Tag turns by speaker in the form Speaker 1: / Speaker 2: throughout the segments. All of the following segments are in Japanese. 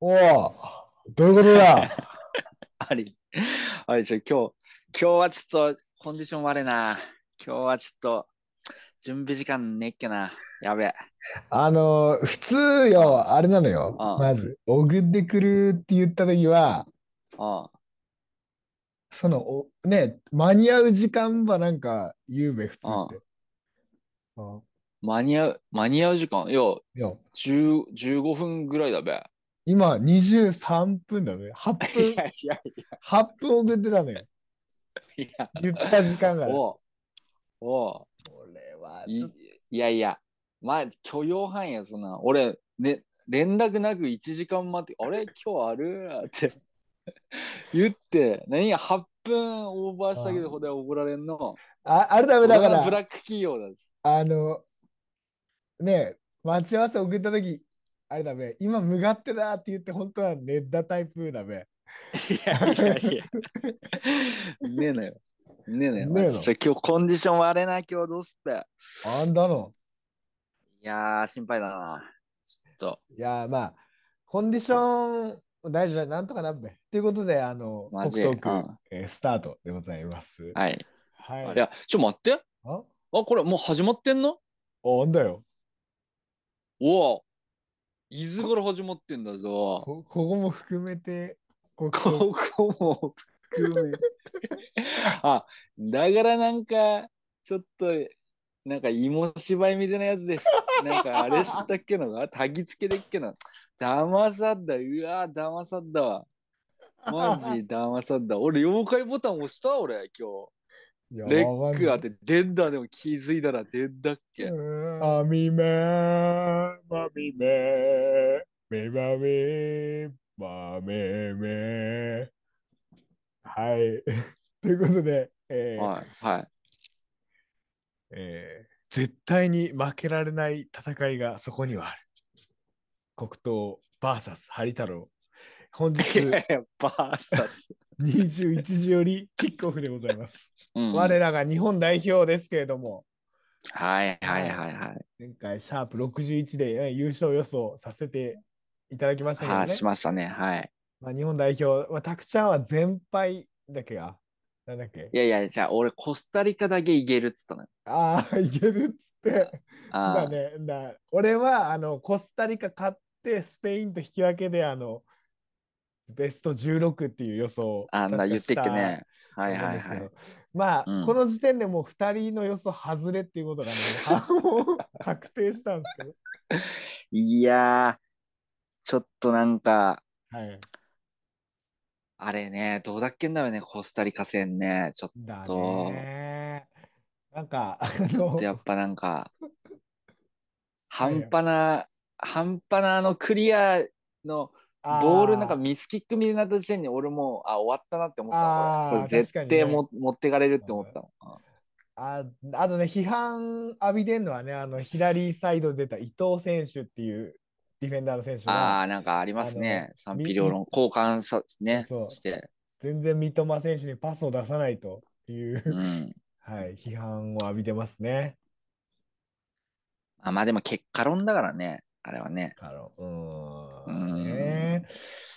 Speaker 1: おお、どういうことだ
Speaker 2: あり、あり、ちょ、今日、今日はちょっと、コンディション悪いな。今日はちょっと、準備時間ねっけな。やべえ。
Speaker 1: あの、普通よ、あれなのよ。
Speaker 2: うん
Speaker 1: まず、おぐってくるって言ったときは、
Speaker 2: うん。
Speaker 1: そのお、ね、間に合う時間はなんか言うべ、普通って。うん
Speaker 2: 間に合う、間に合う時間いや、
Speaker 1: いや、
Speaker 2: 10 15分ぐらいだべ。
Speaker 1: 今23分だね。8分、
Speaker 2: いや
Speaker 1: 8分遅れてたのよ。
Speaker 2: いや。
Speaker 1: 言った時間が。こ
Speaker 2: おうお
Speaker 1: れは
Speaker 2: う
Speaker 1: ち
Speaker 2: い
Speaker 1: ょっと、
Speaker 2: いやいや、まあ許容範囲や、そんな。俺、ね、連絡なく1時間待って、あれ今日あるって言って、何や、8分オーバーしたけ
Speaker 1: ああ
Speaker 2: ど、ほで怒られんの。
Speaker 1: ああれダメだか
Speaker 2: 俺
Speaker 1: ら
Speaker 2: はブ。ラック企業だ。
Speaker 1: あの、ねえ、待ち合わせ送ったとき、あれだべ、今、無がってだって言って、本当はネッダタイプだべ。
Speaker 2: い やいやいや。ねえのよ。ねえのよ。
Speaker 1: ねえの
Speaker 2: ちょっと今日コンディション悪いな、今日どうすっぺ。
Speaker 1: あんだの。
Speaker 2: いやー、心配だな。ちょっと。
Speaker 1: いや、まあ、コンディション、大事だ、なんとかなっべ。ということで、あの、
Speaker 2: マ
Speaker 1: ト
Speaker 2: ジ
Speaker 1: クトーク、
Speaker 2: うん
Speaker 1: えースタートでございます。
Speaker 2: はい。
Speaker 1: はい。
Speaker 2: いや、ちょ、待って。あ、
Speaker 1: あ
Speaker 2: これもう始まってんの
Speaker 1: あんだよ
Speaker 2: おお。いつ頃始まってんだぞ。
Speaker 1: こ。ここも含めて、ここ
Speaker 2: ここも含め。 あ、だからなんか、ちょっと、なんか芋芝居みたいなやつで、 なんかあれしたっけのが、たぎつけでっけな。騙さんだ、うわー、騙さんだわ。マジ騙さんだ。俺、妖怪ボタン押した俺、今
Speaker 1: いや
Speaker 2: 日。レ
Speaker 1: わか
Speaker 2: ッ
Speaker 1: ん
Speaker 2: ク
Speaker 1: な
Speaker 2: あ
Speaker 1: い
Speaker 2: って、デンダーでも気づいたらデンダっけ。
Speaker 1: マミメマミメメマミマメメはい。 ということで、えー
Speaker 2: はい、はい。
Speaker 1: えー絶対に負けられない戦いがそこにはある。黒糖 VS ハリ太郎。本 日
Speaker 2: いやいやバーサス。
Speaker 1: 21時よりキックオフでございます。
Speaker 2: うんはい
Speaker 1: 我らが日本代表ですけれども、
Speaker 2: はいはいは
Speaker 1: 前回シャープ61でえー優勝予想させていただきました
Speaker 2: い。
Speaker 1: けど
Speaker 2: は
Speaker 1: ね
Speaker 2: い、。しましたね。はい。
Speaker 1: まあ、日本代表、まあ、タクちゃんは全敗だっけが、なんだっけ
Speaker 2: いやいや、じゃあ俺コスタリカだけいけるっつったのよ。
Speaker 1: ああ、いけるっつって。
Speaker 2: あ
Speaker 1: だ
Speaker 2: あ、
Speaker 1: ね、だ俺はあのコスタリカ勝って、スペインと引き分けであのベスト16っていう予想を
Speaker 2: あんな言ってっけね。はい
Speaker 1: 確か
Speaker 2: はい
Speaker 1: したと
Speaker 2: は
Speaker 1: 思う
Speaker 2: い
Speaker 1: ん。ですけど。まあ、
Speaker 2: うん
Speaker 1: この時点でもう2人の予想外れっていうことが、ね、 もう確定したんですけど。
Speaker 2: いやー、ちょっとなんか、
Speaker 1: はい、
Speaker 2: あれね、どうだっけんだよね、コスタリカ戦ね。ちょっ
Speaker 1: だ
Speaker 2: と
Speaker 1: ね。なんか、あ
Speaker 2: とや
Speaker 1: の、
Speaker 2: っぱなん か、
Speaker 1: いはい
Speaker 2: 半端な、半端なあのクリアのボールなんか
Speaker 1: あー
Speaker 2: ミスキックみたいになった時点に俺もうあ終わったなって思った
Speaker 1: あー
Speaker 2: のこれこれ絶
Speaker 1: 確かに
Speaker 2: 対
Speaker 1: ね
Speaker 2: も、持ってかれるって思ったの、
Speaker 1: ああとね、批判浴びてんのはね、あの左サイドで出た伊藤選手っていうディフェンダーの選手
Speaker 2: あ
Speaker 1: が、
Speaker 2: あなんかありますね
Speaker 1: あの
Speaker 2: 賛否両論交換さね
Speaker 1: そう
Speaker 2: して、
Speaker 1: 全然三笘選手にパスを出さないという、
Speaker 2: うん、
Speaker 1: はい、批判を浴びてますね。
Speaker 2: あまあでも結果論だからねあれはね
Speaker 1: あのうー
Speaker 2: うー
Speaker 1: ん
Speaker 2: ん
Speaker 1: ね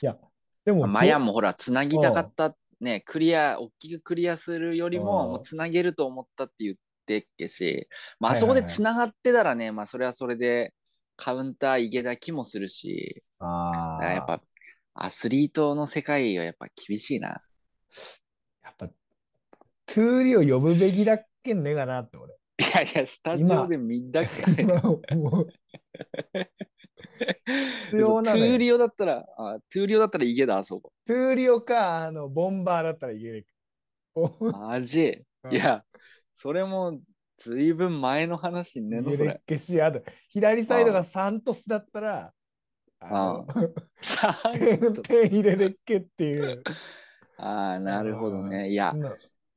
Speaker 1: いや、でも、
Speaker 2: マヤ
Speaker 1: ど
Speaker 2: ンもほらつなぎたかったねクリア大きくクリアするより
Speaker 1: う
Speaker 2: も
Speaker 1: ん
Speaker 2: もうつなげると思ったって言ってっけし、まあ、
Speaker 1: は
Speaker 2: あ
Speaker 1: い
Speaker 2: そ
Speaker 1: はい
Speaker 2: こ
Speaker 1: はい
Speaker 2: でつながってたらね、まあそれはそれでカウンターいけた気もするし
Speaker 1: あー
Speaker 2: だからやっぱアスリートの世界はやっぱ厳しいな
Speaker 1: やっぱ、トゥーリを呼ぶべきだっけんねがなって、俺。
Speaker 2: いやいや、スタジオで見んだっけ。
Speaker 1: もう必要な
Speaker 2: ト
Speaker 1: の
Speaker 2: ゥー
Speaker 1: よ
Speaker 2: リオだったら、あトゥーリオだったらいけだ、あそこ。
Speaker 1: トゥーリオか、あの、ボンバーだったらいける。
Speaker 2: マジ。いや、それもずいぶん前の話ねの、そ
Speaker 1: 入れっ
Speaker 2: れ。
Speaker 1: けし、あと、左サイドがサントスだったら、あの
Speaker 2: さあ、
Speaker 1: 点点入れれっけっていう。
Speaker 2: あーなるほどね。いや、
Speaker 1: うん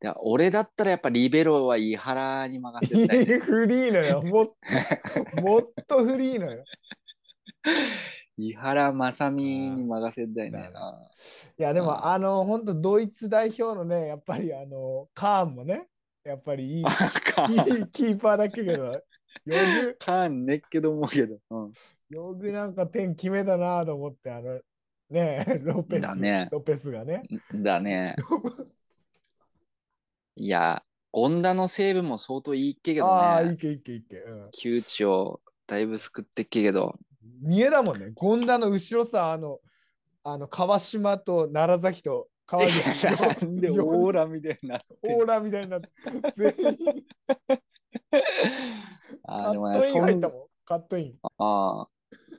Speaker 2: いや俺だったらやっぱリベロは井原に任せ たい。
Speaker 1: フリーのよ。もっと、もっとフリーのよ。
Speaker 2: 井原正美に任せたいね。
Speaker 1: あいや、で
Speaker 2: う
Speaker 1: も、
Speaker 2: ん
Speaker 1: あの、本当ドイツ代表のね、やっぱり、あの、カーンもね、やっぱりいい、い
Speaker 2: あーカーン
Speaker 1: いキーパーだっけど、よぐ、
Speaker 2: カーンねっけど思うけど。うん
Speaker 1: よぐなんか点決めたなと思って、あの、ね え、ロペス。
Speaker 2: だね
Speaker 1: ロペスがね。
Speaker 2: だね。いや、権田のセーブも相当いいっけけ
Speaker 1: あ
Speaker 2: ど
Speaker 1: あ、い
Speaker 2: ね。
Speaker 1: いけいいけいいけ。うん
Speaker 2: 窮地をだいぶ救ってっけけど。
Speaker 1: 見えだもんね。権田の後ろさ、あの、あの川島と楢崎と川口の
Speaker 2: なん でオーラみたいになってんの
Speaker 1: オーラみたいになって、全員カ
Speaker 2: あーでも
Speaker 1: ッ
Speaker 2: ね
Speaker 1: トイン
Speaker 2: そ
Speaker 1: 入っ
Speaker 2: ん
Speaker 1: たもん。カットイン。。
Speaker 2: あー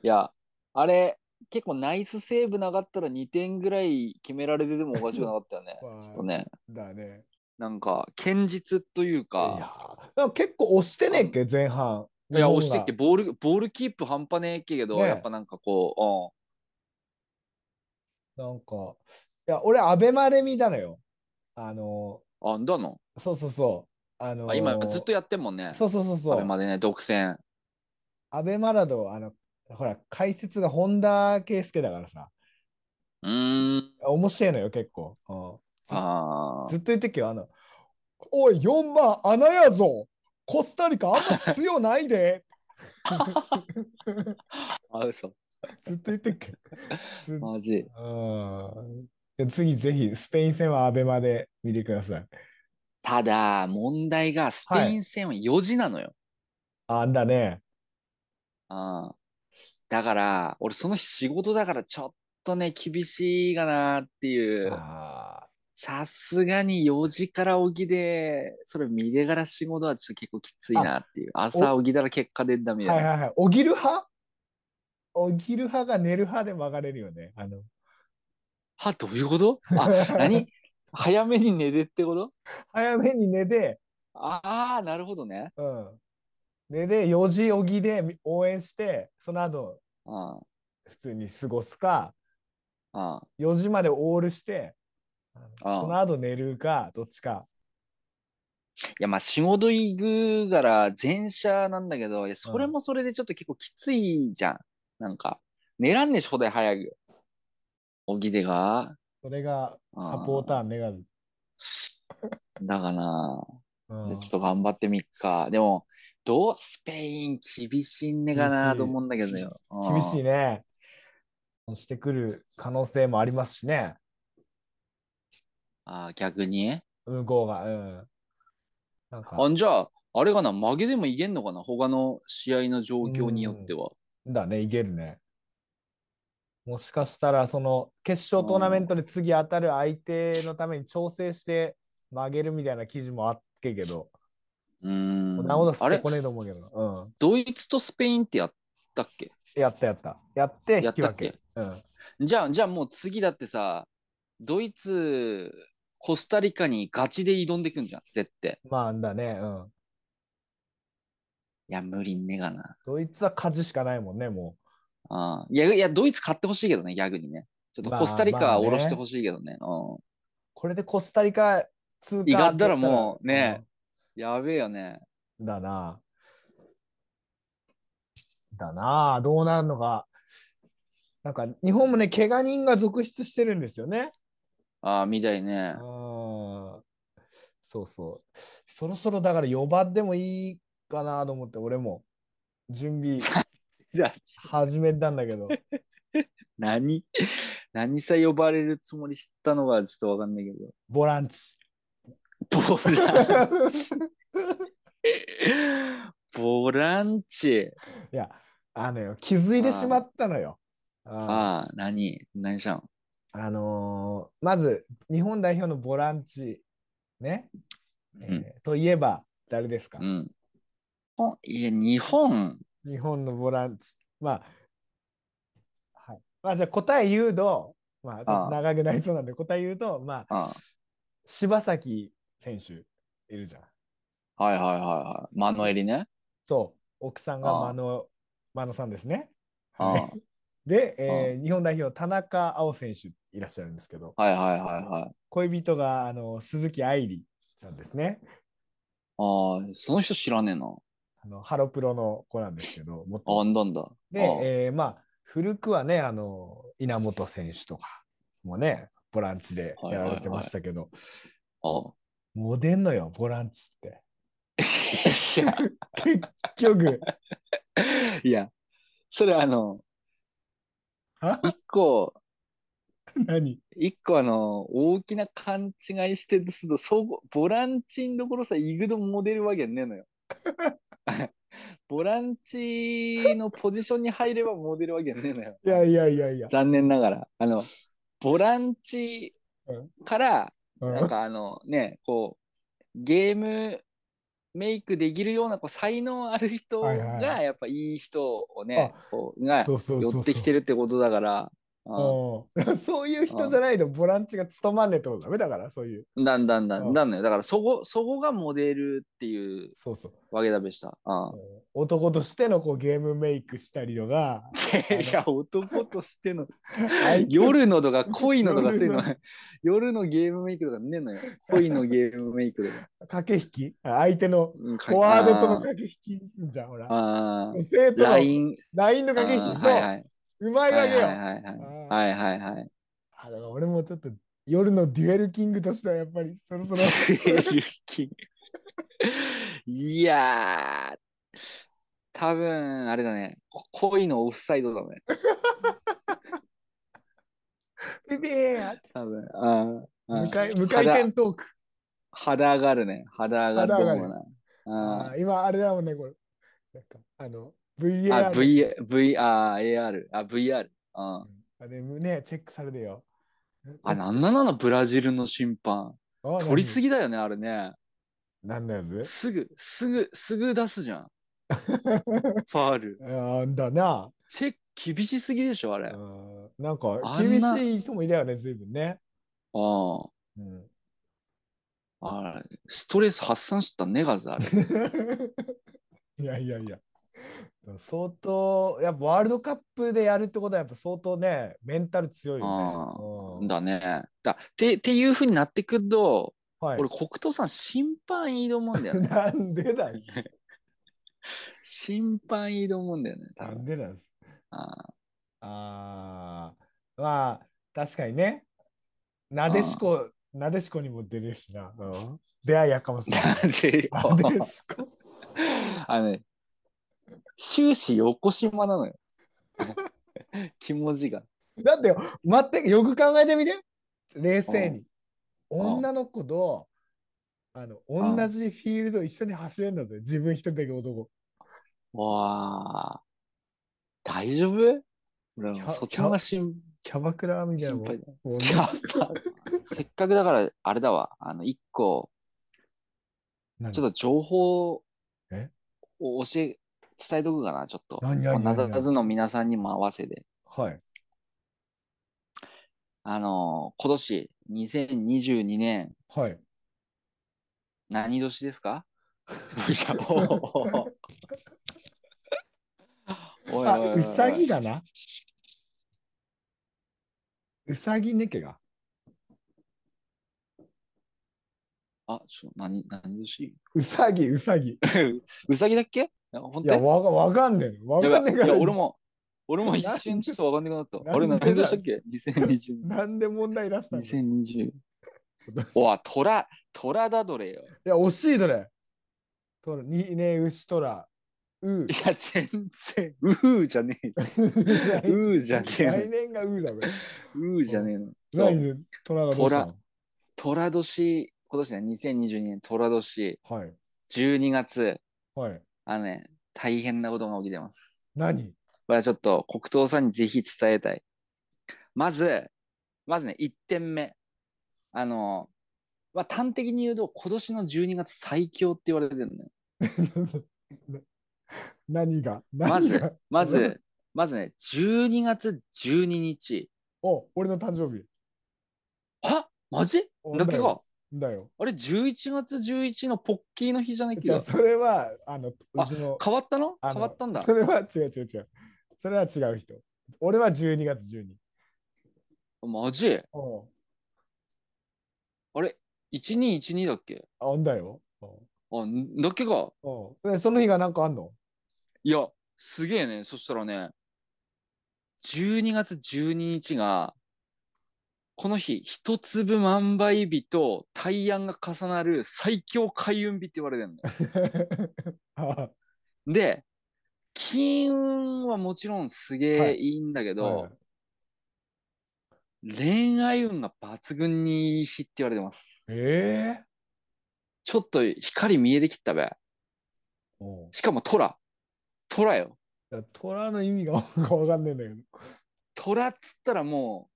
Speaker 2: いや、あれ、結構ナイスセーブなかったら2点ぐらい決められてでもおかしくなかったよね
Speaker 1: まあ
Speaker 2: ちょっとね、
Speaker 1: だね。
Speaker 2: なんか、堅実とい
Speaker 1: い
Speaker 2: う
Speaker 1: や
Speaker 2: か、
Speaker 1: ーなんか結構押してねえっけ、前半。
Speaker 2: いや、押してっけ、ボール、ボールキープ半端ねえっけけど、
Speaker 1: ね
Speaker 2: やっぱなんかこ
Speaker 1: なんか、いや、俺、アベマレミだのよ。あの
Speaker 2: う、うん、あ、だの、
Speaker 1: ー、そうそうそう。あの
Speaker 2: あ
Speaker 1: ー、
Speaker 2: 今ずっとやってんもんね。
Speaker 1: そうそうそうそ
Speaker 2: あれま
Speaker 1: う。
Speaker 2: でね、独占。
Speaker 1: アベマラド、あの、ほら、解説が本田圭佑だからさ、
Speaker 2: うーん、
Speaker 1: 面白いのよ、結構。うんず
Speaker 2: あー
Speaker 1: ずっと言ってっけよ、あの、おい、4番、穴やぞコスタリカあんま強ないで
Speaker 2: あ、嘘、
Speaker 1: ずっと言ってっけ。ずっ
Speaker 2: マジ。
Speaker 1: うんいや次ぜひスペイン戦はアベマで見てください。
Speaker 2: ただ、問題がスペイン戦は4時なのよ。
Speaker 1: あんだね。
Speaker 2: ああ。だから、俺その日仕事だからちょっとね、厳しいかなっていう。
Speaker 1: あ
Speaker 2: さすがに4時から起きで、それ見てから仕事はちょっと結構きついなっていう。朝起きたら結果出んだみ
Speaker 1: ー
Speaker 2: たい
Speaker 1: はい
Speaker 2: な。
Speaker 1: はいはい。おぎる派おぎる派が寝る派で分かれるよね。あの
Speaker 2: は、どういうこと あ、何早めに寝てってこと
Speaker 1: 早めに寝で、
Speaker 2: ああ、なるほどね。
Speaker 1: うん、寝で4時おぎで応援して、その後
Speaker 2: あ
Speaker 1: 普通に過ごすか、
Speaker 2: あ、
Speaker 1: 4時までオールして、あの
Speaker 2: あー
Speaker 1: その後寝るか、どっちか。
Speaker 2: いや、まあ仕事行くから前者なんだけど、いやそれもそれでちょっと結構きついじゃん。なんか、寝らんねえし、ほど早く。おぎでが、
Speaker 1: それがサポーターメガズ。
Speaker 2: だがな。
Speaker 1: うん
Speaker 2: でちょっと頑張ってみっか。でも、どうスペイン厳しいんねか
Speaker 1: 厳し
Speaker 2: ないと思うんだけどよ。うん
Speaker 1: 厳しいね。してくる可能性もありますしね。
Speaker 2: あー逆に
Speaker 1: 向こうが。うん。なんか、
Speaker 2: あじゃあ、あれかな、負けでもいけんのかな他の試合の状況によっては。
Speaker 1: だね、いけるね。もしかしたら、その、決勝トーナメントで次当たる相手のために調整して曲げるみたいな記事もあっけけど、
Speaker 2: うーん。
Speaker 1: なおだし
Speaker 2: あ
Speaker 1: て
Speaker 2: れ
Speaker 1: こねえと思うけど、うん。
Speaker 2: ドイツとスペインってやったっけ
Speaker 1: やったやった。やって、
Speaker 2: や
Speaker 1: 引
Speaker 2: っ
Speaker 1: き
Speaker 2: たっ
Speaker 1: 分
Speaker 2: け
Speaker 1: け。うん。
Speaker 2: じゃあ、じゃあもう次だってさ、ドイツ、コスタリカにガチで挑んでくんじゃん、絶対。
Speaker 1: まあ、だね、うん。
Speaker 2: いや、無理んねがな。
Speaker 1: ドイツは勝ちしかないもんね、も
Speaker 2: あいや、いや、ドイツ買ってほしいけどね、逆にね。ちょっと
Speaker 1: まあ
Speaker 2: コスタリカ
Speaker 1: まあ
Speaker 2: は
Speaker 1: ね
Speaker 2: 下ろしてほしいけどね。うん
Speaker 1: う。これでコスタリカ通過
Speaker 2: 意外だらもうねやべえよね。
Speaker 1: だな。だな。どうなるのか。なんか、日本もね、怪我人が続出してるんですよね。
Speaker 2: ああ、みたいね
Speaker 1: うん。。そうそう。そろそろだから4番でもいいかなと思って、俺も準備始めたんだけ ど。
Speaker 2: 何何さ呼ばれるつもり知ったのかちょっとわかんないけど。
Speaker 1: ボランチ。
Speaker 2: ボラン、ボランチ。
Speaker 1: いや、あのよ、気づいてしまったのよ。あ
Speaker 2: ああ、何何じゃん。
Speaker 1: あのーまず、日本代表のボランチ、ね。えー
Speaker 2: うん
Speaker 1: といえば誰ですか、
Speaker 2: うん。ほんいや、日本。
Speaker 1: 日本のボランチ。まあ、はい。まあじゃあ答え言うと、まあちょっ
Speaker 2: あ
Speaker 1: と
Speaker 2: あ
Speaker 1: 長くなりそうなんで答え言うと、まあ、
Speaker 2: あ
Speaker 1: 柴崎選手いるじゃん。
Speaker 2: あはいはいはいはい。マノエリね。
Speaker 1: そう。奥さんが
Speaker 2: あ
Speaker 1: 真
Speaker 2: あ
Speaker 1: 野、真野さんですね。
Speaker 2: ああ
Speaker 1: はいで、えー日本代表、田中碧選手いらっしゃるんですけど、
Speaker 2: はいはいはいはい。
Speaker 1: 恋人があの鈴木愛理ちゃんですね。
Speaker 2: ああ、その人知らねえな。
Speaker 1: あのハロプロの子なんですけど、元
Speaker 2: ああ、なんだ。
Speaker 1: で、
Speaker 2: ああ
Speaker 1: えーまあ、古くはね、あの、稲本選手とかもね、ボランチでやられてましたけど、
Speaker 2: ああ。
Speaker 1: もう出んのよ、ボランチって。
Speaker 2: いや
Speaker 1: 結局、
Speaker 2: いや、それあの、
Speaker 1: は
Speaker 2: 一個、
Speaker 1: 何
Speaker 2: 一個あの、大きな勘違いしてると、そこ、ボランチんどころさ、イグドモデルわけねえのよ。 ボランチのポジションに入ればモデルわけねえのよ。
Speaker 1: いやいやいやいや。
Speaker 2: 残念ながら。あの、ボランチから、
Speaker 1: うん
Speaker 2: なんかあのね、こう、ゲームメイクできるようなこう才能ある人が、
Speaker 1: はいはいは
Speaker 2: やっぱいい人をね、こうが
Speaker 1: そうそうそうそう
Speaker 2: 寄ってきてるってことだから、う
Speaker 1: う
Speaker 2: ん
Speaker 1: ん そういう人じゃないとボランチが務まんねえってことダメだから、そういう。
Speaker 2: だんだんだ
Speaker 1: うん
Speaker 2: んだんだよ。だからそこ、そこがモデルっていう
Speaker 1: そうそう。
Speaker 2: わけだべした。うん
Speaker 1: うん男としてのこうゲームメイクしたりとか、の
Speaker 2: いや、男としての、
Speaker 1: 相手
Speaker 2: 夜のとか恋のとかそういうの
Speaker 1: 夜、
Speaker 2: 夜のゲームメイクとかねえ のよ。恋のゲームメイクとか。
Speaker 1: 駆け引き、あ相手の
Speaker 2: うんか
Speaker 1: フォワードとの駆け引きすんじゃん、ほら。
Speaker 2: あーあー。
Speaker 1: 生徒
Speaker 2: ラ
Speaker 1: の
Speaker 2: イン。
Speaker 1: ラインの
Speaker 2: あー
Speaker 1: 駆け引き、そ
Speaker 2: はいは
Speaker 1: う、
Speaker 2: いう
Speaker 1: まいわけよ。
Speaker 2: はいはいはいはいはいはいはい。
Speaker 1: あだから俺もちょっと夜のデュエルキングとしてはやっぱりそろそ ろ
Speaker 2: いやー、多分あれだね。こ恋のオフサイドだね。
Speaker 1: ビビーン
Speaker 2: 多分あーあー
Speaker 1: 向かい向かい点トーク。
Speaker 2: 肌上がるね。肌上がると思うな。
Speaker 1: あ
Speaker 2: あ
Speaker 1: ー今あれだもんね、これ。なんかあの
Speaker 2: ー
Speaker 1: VAR
Speaker 2: あ、V、V、あー、AR。あ、VR。うん
Speaker 1: あれね、チェックされるよ。
Speaker 2: あ、なんなのブラジルの審判。取りす
Speaker 1: ぎ
Speaker 2: ぎだよね、あれね。
Speaker 1: 何のやつ
Speaker 2: すぐ、すぐ、すぐ出す じゃん。ファール。
Speaker 1: あんだな。
Speaker 2: チェック厳しすぎでしょ、あ
Speaker 1: あ
Speaker 2: れ。あ
Speaker 1: ーなんか
Speaker 2: あん
Speaker 1: 厳
Speaker 2: な
Speaker 1: しい人もいたよね、ずいぶんね。
Speaker 2: あ。
Speaker 1: うん、
Speaker 2: あれストレス発散したねがず、あれ。
Speaker 1: いやいやいや。相当、やっぱワールドカップでやるってことはやっぱ相当ね、メンタル強い
Speaker 2: あ
Speaker 1: よね。うん
Speaker 2: だね。だてっていうふうになってくると、
Speaker 1: はい、
Speaker 2: 俺、黒糖さん、審判いいと思うんだよ ね。
Speaker 1: なんでだ よ。
Speaker 2: 審判いいと思うんだよね、多
Speaker 1: なん
Speaker 2: 分。
Speaker 1: でだよ。
Speaker 2: あ
Speaker 1: ああ、まあ、確かにね。なでしこ、なでしこにも出れるしな。うん、出会いやか もしれない。
Speaker 2: あで
Speaker 1: なでしこ。
Speaker 2: あのね、終始横島なのよ。気持ちが。
Speaker 1: だってよ、待って、よく考えてみて。冷静に。
Speaker 2: ん
Speaker 1: 女の子と、あの、
Speaker 2: ん
Speaker 1: 同じフィールド一緒に走れるんだぜ。自分一人だけ男。
Speaker 2: わあ。大丈夫俺
Speaker 1: キャ
Speaker 2: そっちの方が心
Speaker 1: キャバクラみたいなもん。
Speaker 2: 心配だ。
Speaker 1: もう
Speaker 2: いやまあせっかくだから、あれだわ。あの、一個、
Speaker 1: 何
Speaker 2: ちょっと情報
Speaker 1: え
Speaker 2: を教え、伝えとくかな、ちょっと。
Speaker 1: 何何
Speaker 2: ナ
Speaker 1: 何
Speaker 2: ダズの皆さんにも合わせて。
Speaker 1: はい。
Speaker 2: あのー今年、2022年、
Speaker 1: はい。
Speaker 2: 何年で すかいやおーおーおーおいおいおいお
Speaker 1: あ、
Speaker 2: いう
Speaker 1: さぎだな。うさぎねけが。
Speaker 2: あ、ちょ、何、何年
Speaker 1: うさぎ、うさぎ。いう
Speaker 2: さぎだっけ本当
Speaker 1: や、わかわかんねえ。わ
Speaker 2: や
Speaker 1: かん
Speaker 2: ば
Speaker 1: ね
Speaker 2: い
Speaker 1: え
Speaker 2: い
Speaker 1: か
Speaker 2: や、
Speaker 1: ら。
Speaker 2: 俺も、俺も一瞬ちょっとわかんなくなった。
Speaker 1: なん
Speaker 2: 俺
Speaker 1: で
Speaker 2: 何年でしたっけ ?2020
Speaker 1: なんで問題出したんだよ
Speaker 2: 2020。
Speaker 1: 今年
Speaker 2: おい、トラ、トラだどれよ。
Speaker 1: いや、惜しいどれ。とら、にね、うしとら。う。
Speaker 2: いや、全然、うーじゃねえよ。うーじゃねえ
Speaker 1: 来
Speaker 2: の。
Speaker 1: 年がうだべ。
Speaker 2: うーじゃねえの。そ
Speaker 1: 何
Speaker 2: う、
Speaker 1: でトラがどうしたの
Speaker 2: トラ年、今年ね、2022年トラ年、
Speaker 1: はい。
Speaker 2: 12月、
Speaker 1: はい。
Speaker 2: あのね、大変なことが起きてます。
Speaker 1: 何
Speaker 2: これはちょっと、黒糖さんにぜひ伝えたい。まず、まずね、1点目。あの、まあ、端的に言うと、今年の12月最強って言われてるのよ。
Speaker 1: 何が
Speaker 2: ま
Speaker 1: 何
Speaker 2: ず
Speaker 1: が
Speaker 2: まず、まずね、12月12日。
Speaker 1: お、俺の誕生日。
Speaker 2: はマジ
Speaker 1: お
Speaker 2: だっけ
Speaker 1: だ
Speaker 2: か
Speaker 1: よ。だよ。
Speaker 2: あれ、11月11のポッキーの日じゃないっけ
Speaker 1: じゃあ、
Speaker 2: ど。
Speaker 1: それは、あの、う
Speaker 2: あ
Speaker 1: ちの。
Speaker 2: 変わったの
Speaker 1: あの
Speaker 2: 変わったんだ
Speaker 1: そ。れは違う違う違う。それは違う人。俺は12月12日。
Speaker 2: マジ
Speaker 1: おう
Speaker 2: あれ ?1212 だっけ
Speaker 1: あ、んだよ。おう
Speaker 2: あ、んだっけか
Speaker 1: おうでその日が何かあんの
Speaker 2: いや、すげえね。そしたらね、12月12日が、この日、一粒万倍日と大安が重なる最強開運日って言われ てるのよ。
Speaker 1: あ
Speaker 2: で、金運はもちろんす
Speaker 1: は
Speaker 2: げえ
Speaker 1: い
Speaker 2: いいんだけど、
Speaker 1: はい
Speaker 2: 恋愛運が抜群にいい日って言われてます。
Speaker 1: ええ
Speaker 2: ちょっと光見えてきたべ。
Speaker 1: うん
Speaker 2: しかも虎。虎よ。
Speaker 1: だから虎の意味がわかんないんだけど。
Speaker 2: 虎っつったらもう、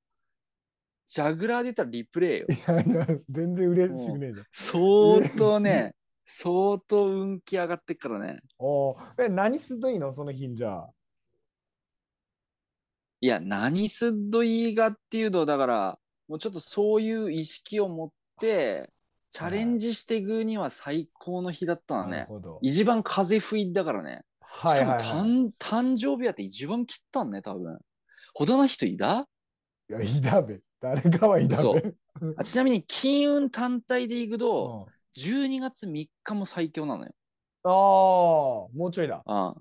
Speaker 2: ジャグラーで言ったらリプレイよ。
Speaker 1: いやいや、全然嬉しくねえじゃん。
Speaker 2: 相当ね、相当運気上がってっからね。
Speaker 1: おーえ、何するといいのその日にじゃあ。
Speaker 2: いや、何すっどいいがっていうと、だから、もうちょっとそういう意識を持って、チャレンジしていくには最高の日だったの
Speaker 1: なる
Speaker 2: ね。
Speaker 1: ほど。
Speaker 2: 一番風吹いだからね。し
Speaker 1: はい
Speaker 2: かも
Speaker 1: はい、はい。
Speaker 2: 誕誕生日やって一番切ったんね、多分。ほどな人いた
Speaker 1: いや、いだべ。誰かはいだべ。
Speaker 2: そう
Speaker 1: うん
Speaker 2: あちなみに金運単体でいくと、12月3日も最強なのよ。
Speaker 1: ああ、もうちょいだ。
Speaker 2: ああ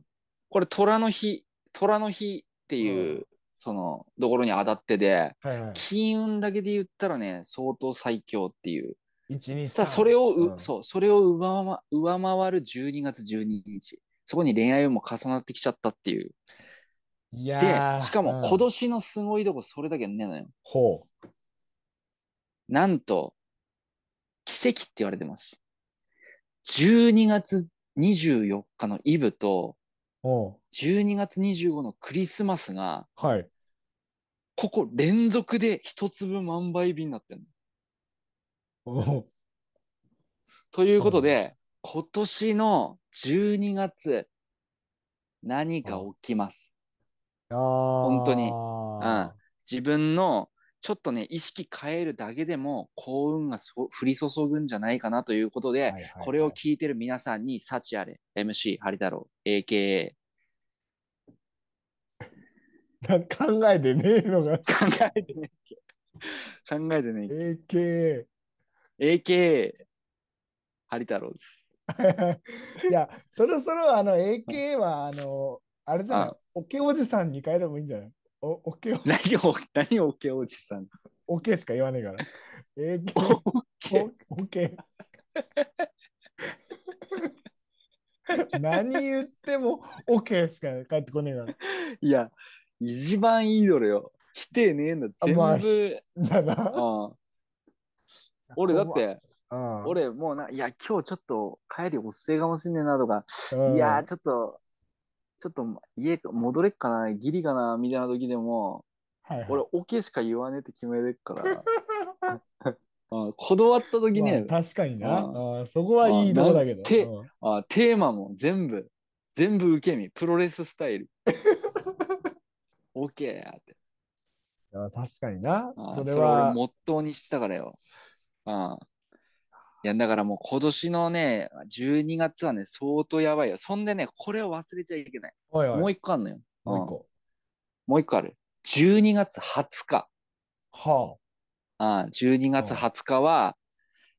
Speaker 2: これ虎の日、虎の日っていう、
Speaker 1: うん
Speaker 2: その、ところに当たってで、
Speaker 1: はいはい。
Speaker 2: 金運だけで言ったらね、相当最強っていう。
Speaker 1: 1、2、3。
Speaker 2: さあ、それをう、
Speaker 1: ん
Speaker 2: そう、それを上回上回る12月12日。そこに恋愛運も重なってきちゃったっていう。
Speaker 1: い
Speaker 2: で
Speaker 1: や、ー
Speaker 2: しかも
Speaker 1: うん
Speaker 2: 今年のすごいとこそれだけねえのよ。
Speaker 1: ほう。
Speaker 2: なんと、奇跡って言われてます。12月24日のイブと、
Speaker 1: お
Speaker 2: 12月25のクリスマスが、
Speaker 1: うはい。
Speaker 2: ここ連続で一粒万倍日になってるの。
Speaker 1: おう
Speaker 2: ということで、今年の12月、何か起きます。
Speaker 1: ああ。
Speaker 2: 本当に
Speaker 1: うん。
Speaker 2: 自分のちょっとね、意識変えるだけでも幸運がそ降り注ぐんじゃないかなということで、
Speaker 1: はいはいはい
Speaker 2: これを聞いてる皆さんに、幸あれ、MC、ハリ太郎、AKA、
Speaker 1: な考えてねえのが。
Speaker 2: 考えてねえけ。考えてね
Speaker 1: AK。
Speaker 2: えけ。AKA、ハリ太郎です。
Speaker 1: いや、そろそろあの AK は、あの、あれじゃない、オケおじさんに変えてもいいんじゃないおオケ、
Speaker 2: 何を、何を OK おじさ ん。
Speaker 1: オケしか言わねえから。AK、
Speaker 2: OK
Speaker 1: オケ。何言っても OK しか帰ってこねえから。
Speaker 2: いや、一番いいどれよ。否定ねえんだ。
Speaker 1: あ
Speaker 2: 全
Speaker 1: まあ
Speaker 2: 部。
Speaker 1: だな。
Speaker 2: うん俺だって、
Speaker 1: うん、
Speaker 2: 俺もうな、いや、今日ちょっと帰りおっせえかもしんねえなとか、
Speaker 1: うん、
Speaker 2: いやー、ちょっと、ちょっと家戻れっかな、ギリかな、みたいな時でも、
Speaker 1: はいはい
Speaker 2: 俺、オケしか言わねえって決めてっ から、うん、こだわった時ね、
Speaker 1: まあ確かにな。
Speaker 2: う
Speaker 1: ああそこはいいとこだけど
Speaker 2: あなん。て
Speaker 1: うん
Speaker 2: あ、テーマも全部、全部受け身、プロレススタイル。オケやって。
Speaker 1: いや確かになそ
Speaker 2: あ。そ
Speaker 1: れ
Speaker 2: れは
Speaker 1: は
Speaker 2: 俺、モットーにしたからよ。ああいや、だからもう今年のね、12月はね、相当やばいよ。そんでね、これを忘れちゃいけない。
Speaker 1: おいおい
Speaker 2: もう一個あんのよ。
Speaker 1: もう
Speaker 2: うん
Speaker 1: 一個。
Speaker 2: もう一個ある。12月20日。
Speaker 1: は
Speaker 2: ああ12月
Speaker 1: うん
Speaker 2: 20日は、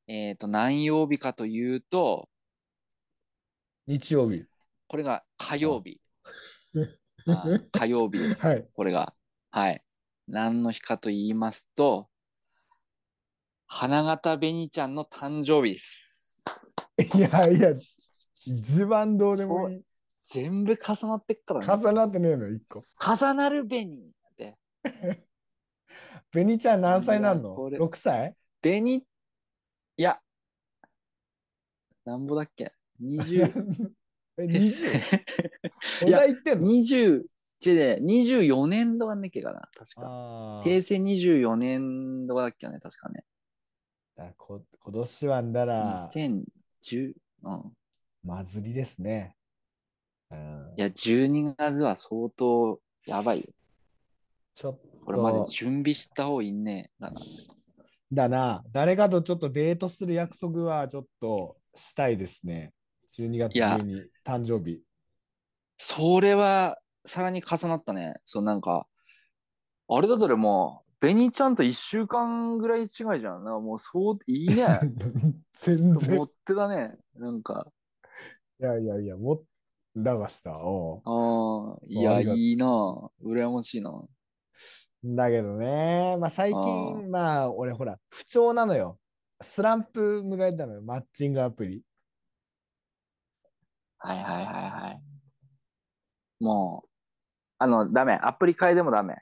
Speaker 2: えっ、と、何曜日かというと、
Speaker 1: あ、日曜日。
Speaker 2: これが火曜日。
Speaker 1: うん
Speaker 2: ああ火曜日です。
Speaker 1: はい。
Speaker 2: これが。はい。何の日かと言いますと、花形紅ちゃんの誕生日です。
Speaker 1: いやいや、一番どうでもいい。
Speaker 2: 全部重なってっからね。
Speaker 1: 重なってねえの、一個。
Speaker 2: 重なる紅って。
Speaker 1: ベニちゃん何歳なんの
Speaker 2: いやこれ
Speaker 1: ?6 歳
Speaker 2: 紅、いや、なんぼだっけ ?20、
Speaker 1: え、20?
Speaker 2: い
Speaker 1: お
Speaker 2: や
Speaker 1: 題言ってんの
Speaker 2: 20、違うね24年度がねっけかな、確か。
Speaker 1: ああ。
Speaker 2: 平成24年度だっけね、確かね。
Speaker 1: だこ今年はんだら、
Speaker 2: 2010、うん。
Speaker 1: まずりですね。うん
Speaker 2: いや、12月は相当やばいよ。
Speaker 1: ちょっ
Speaker 2: これまで
Speaker 1: と、
Speaker 2: 準備した方がいいねえかな。
Speaker 1: だな、誰かとちょっとデートする約束はちょっとしたいですね。12月
Speaker 2: いや
Speaker 1: 中に誕生 日。
Speaker 2: それは、さらに重なったね。そう、なんか、あれだとでもう、ベニちゃんと1週間ぐらい違いじゃん。なんかもう、そう、いい ね。
Speaker 1: 全然
Speaker 2: 持。ってたね。なんか、
Speaker 1: いやいやいや、もっだがした。お
Speaker 2: ああ、い
Speaker 1: あ
Speaker 2: や、
Speaker 1: りがとう
Speaker 2: いいなあ。羨ましいな。
Speaker 1: うだけどね、まあ最
Speaker 2: あー
Speaker 1: 近、まあ俺ほら、不調なのよ。スランプ迎えたのよ、マッチングアプリ。
Speaker 2: はいはいはいはい。もう、あの、ダメ。アプリ変えでもダメ。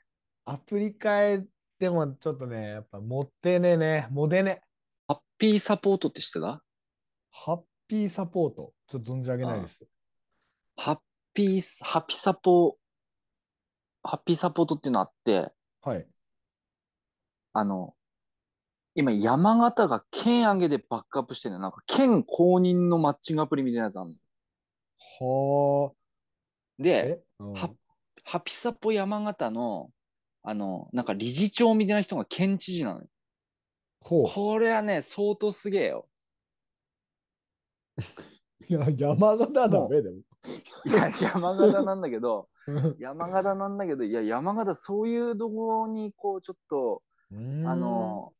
Speaker 1: アプリ変えでもちょっとね、やっぱ持ってねえね。モデね。
Speaker 2: ハッピーサポートって知ってた
Speaker 1: ハッピーサポート。ちょっと存じ上げないです。
Speaker 2: ハッピース、ハッピーサポ、ハッピーサポートっていうのあって、
Speaker 1: はい。
Speaker 2: あの、今山形が県挙げでバックアップしてるのよなんか県公認のマッチングアプリみたいなやつあるの。
Speaker 1: はあ。
Speaker 2: で、
Speaker 1: え、うん
Speaker 2: ハッハピサポ山形の、あの、なんか理事長みたいな人が県知事なのよ。
Speaker 1: ほう。
Speaker 2: これはね、相当すげえ よ。
Speaker 1: いや、山形だ
Speaker 2: も
Speaker 1: ね、でも。
Speaker 2: いや、山形なんだけど、山形なんだけど、いや、山形そういうところに、こう、ちょっと、 あの、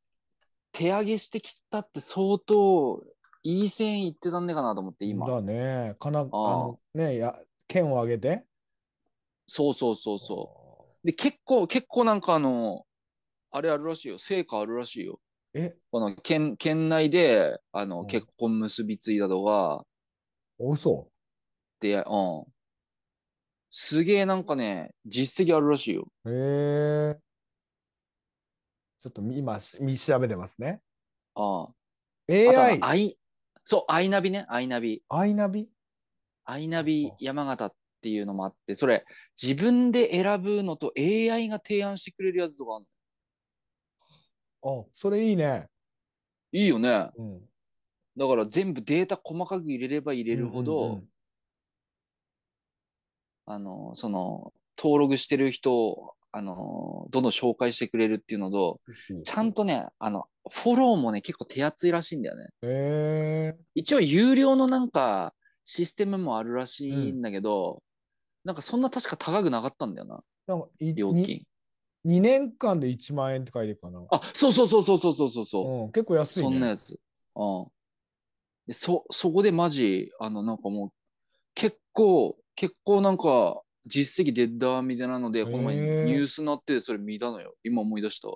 Speaker 2: 手上げしてきたって相当、いい線いってたんねかなと思って、
Speaker 1: うーん、
Speaker 2: 今。
Speaker 1: だね。かな、あ
Speaker 2: あ
Speaker 1: の、ね、や、剣を挙げて。
Speaker 2: そうそうそうそう。で、結構、結構なんかあの、あれあるらしいよ。成果あるらしいよ。
Speaker 1: う。え、
Speaker 2: この県、県内で、あ
Speaker 1: う
Speaker 2: の、
Speaker 1: ん
Speaker 2: 結婚結びついたとか、
Speaker 1: お嘘。
Speaker 2: で、うん。すげえなんかね、実績あるらしいよ。
Speaker 1: へえ。ちょっとみ今し見調べてますね。
Speaker 2: ああ。あとあ
Speaker 1: AI
Speaker 2: の、アイ、そう、アイナビね、アイナビ。
Speaker 1: アイナビ
Speaker 2: アイナビ山形っていうのもあって、それ、自分で選ぶのと AI が提案してくれるやつとかある
Speaker 1: あそれいいね。
Speaker 2: のいいよね。
Speaker 1: うん、
Speaker 2: だから全部データ細かく入れれば入れるほど、
Speaker 1: うんうんうん
Speaker 2: あの、その、登録してる人を、あの、どんどん紹介してくれるっていうのと、ちゃんとね、あの、フォローもね、結構手厚いらしいんだよね。
Speaker 1: へえ。
Speaker 2: 一応、有料のなんか、システムもあるらしいんだけど、なんかそんな確か高くなかったんだよな、
Speaker 1: なんかい
Speaker 2: 料
Speaker 1: に
Speaker 2: 金。
Speaker 1: 2年間で1万円って書いてるかな。
Speaker 2: あ、そうそうそうそうそうそうそうそう。
Speaker 1: うん、結構安いね。
Speaker 2: そんなやつ。うん。でそ、そこでマジ、あの、なんかもう、結構、結構なんか、実績出たみたいなので、この前
Speaker 1: へ
Speaker 2: ニ
Speaker 1: ー
Speaker 2: ュースになって、それ見たのよ。今思い出した。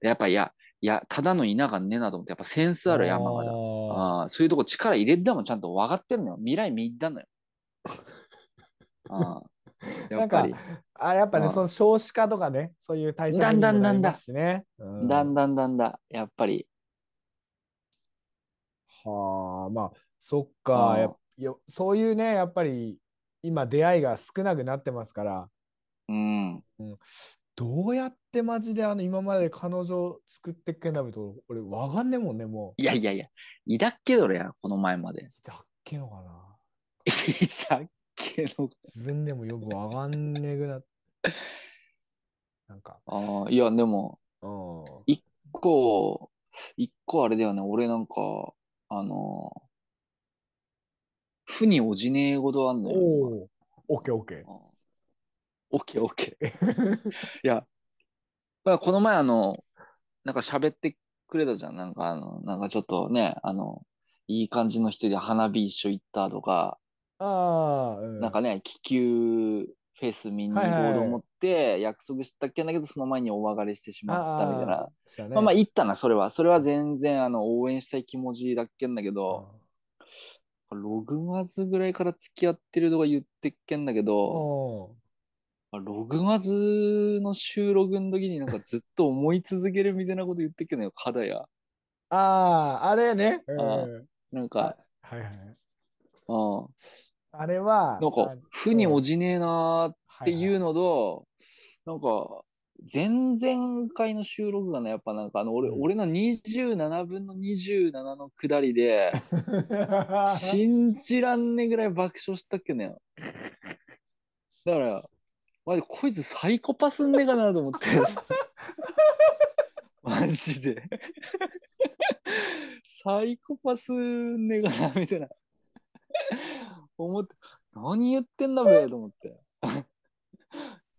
Speaker 2: やっぱ、いや、いや、ただの田舎ねえなと思って、やっぱセンスある山
Speaker 1: あ
Speaker 2: 形。
Speaker 1: ー
Speaker 2: ああー、そういうとこ力入れてたもん、ちゃんと分かってんのよ。未来見 たのよ。ああ、やっぱり。
Speaker 1: あ、やっぱね、
Speaker 2: うん
Speaker 1: その少子化とかね、そういう対策
Speaker 2: だんだん
Speaker 1: にもな
Speaker 2: だんだん
Speaker 1: りますしね。う
Speaker 2: だんだんだんだん、やっぱり。
Speaker 1: はあ、まあ、そっか、
Speaker 2: うん
Speaker 1: やっやそういうね、やっぱり今出会いが少なくなってますから、
Speaker 2: うん。
Speaker 1: どうやってマジであの今まで彼女を作ってっけんだべと、俺わかんねえもんね、もう。
Speaker 2: いやいやいや、いたっけどれや、この前まで。
Speaker 1: いたっけのかな。
Speaker 2: いたっけの。
Speaker 1: 自分でもよくわかんねえぐな。なんか、
Speaker 2: あ あ、いや、でも、
Speaker 1: うん。
Speaker 2: こう、一個あれだよね、俺なんか、あの、負におじねえことあんのよ。
Speaker 1: おお、オッケーオッケ
Speaker 2: 今うんオッケーオッケー。いや、まあこの前あの、なんか喋ってくれたじゃん。なんかあの、なんかちょっとね、あの、いい感じの人で花火一緒行ったとか、
Speaker 1: ー。 ああ、うん。
Speaker 2: なんかね、気球フェス見に行こうと思って、約束したっけんだけど、その前にお別れしてしまったみたいな
Speaker 1: あ。ー、したね。
Speaker 2: まあまあ言ったな、それは。それは全然あの応援したい気持ちだっけんだけど、6月ぐらいから付き合ってるとか言ってっけんだけ
Speaker 1: うん。
Speaker 2: ど、
Speaker 1: お
Speaker 2: 6月の収録の時になんかずっと思い続けるみたいなこと言ってっけんのよ、肌や。
Speaker 1: ああ、あれね。うん。
Speaker 2: あなんか、
Speaker 1: はいはい。
Speaker 2: うん。
Speaker 1: あれは、
Speaker 2: なん
Speaker 1: あ
Speaker 2: か、負に応じねえなーっ
Speaker 1: は
Speaker 2: ていう
Speaker 1: の。
Speaker 2: のと、なんか、前々回の収録がね、やっぱなんかあの俺、
Speaker 1: うん
Speaker 2: 俺の27分の27の下りで、
Speaker 1: はい
Speaker 2: 信じらんねえぐらい爆笑したっけね。だから、マジこいつサイコパスんねえかなと思って。マジで。サイコパスんねえかなみたいな。思って、何言ってんだべと思って。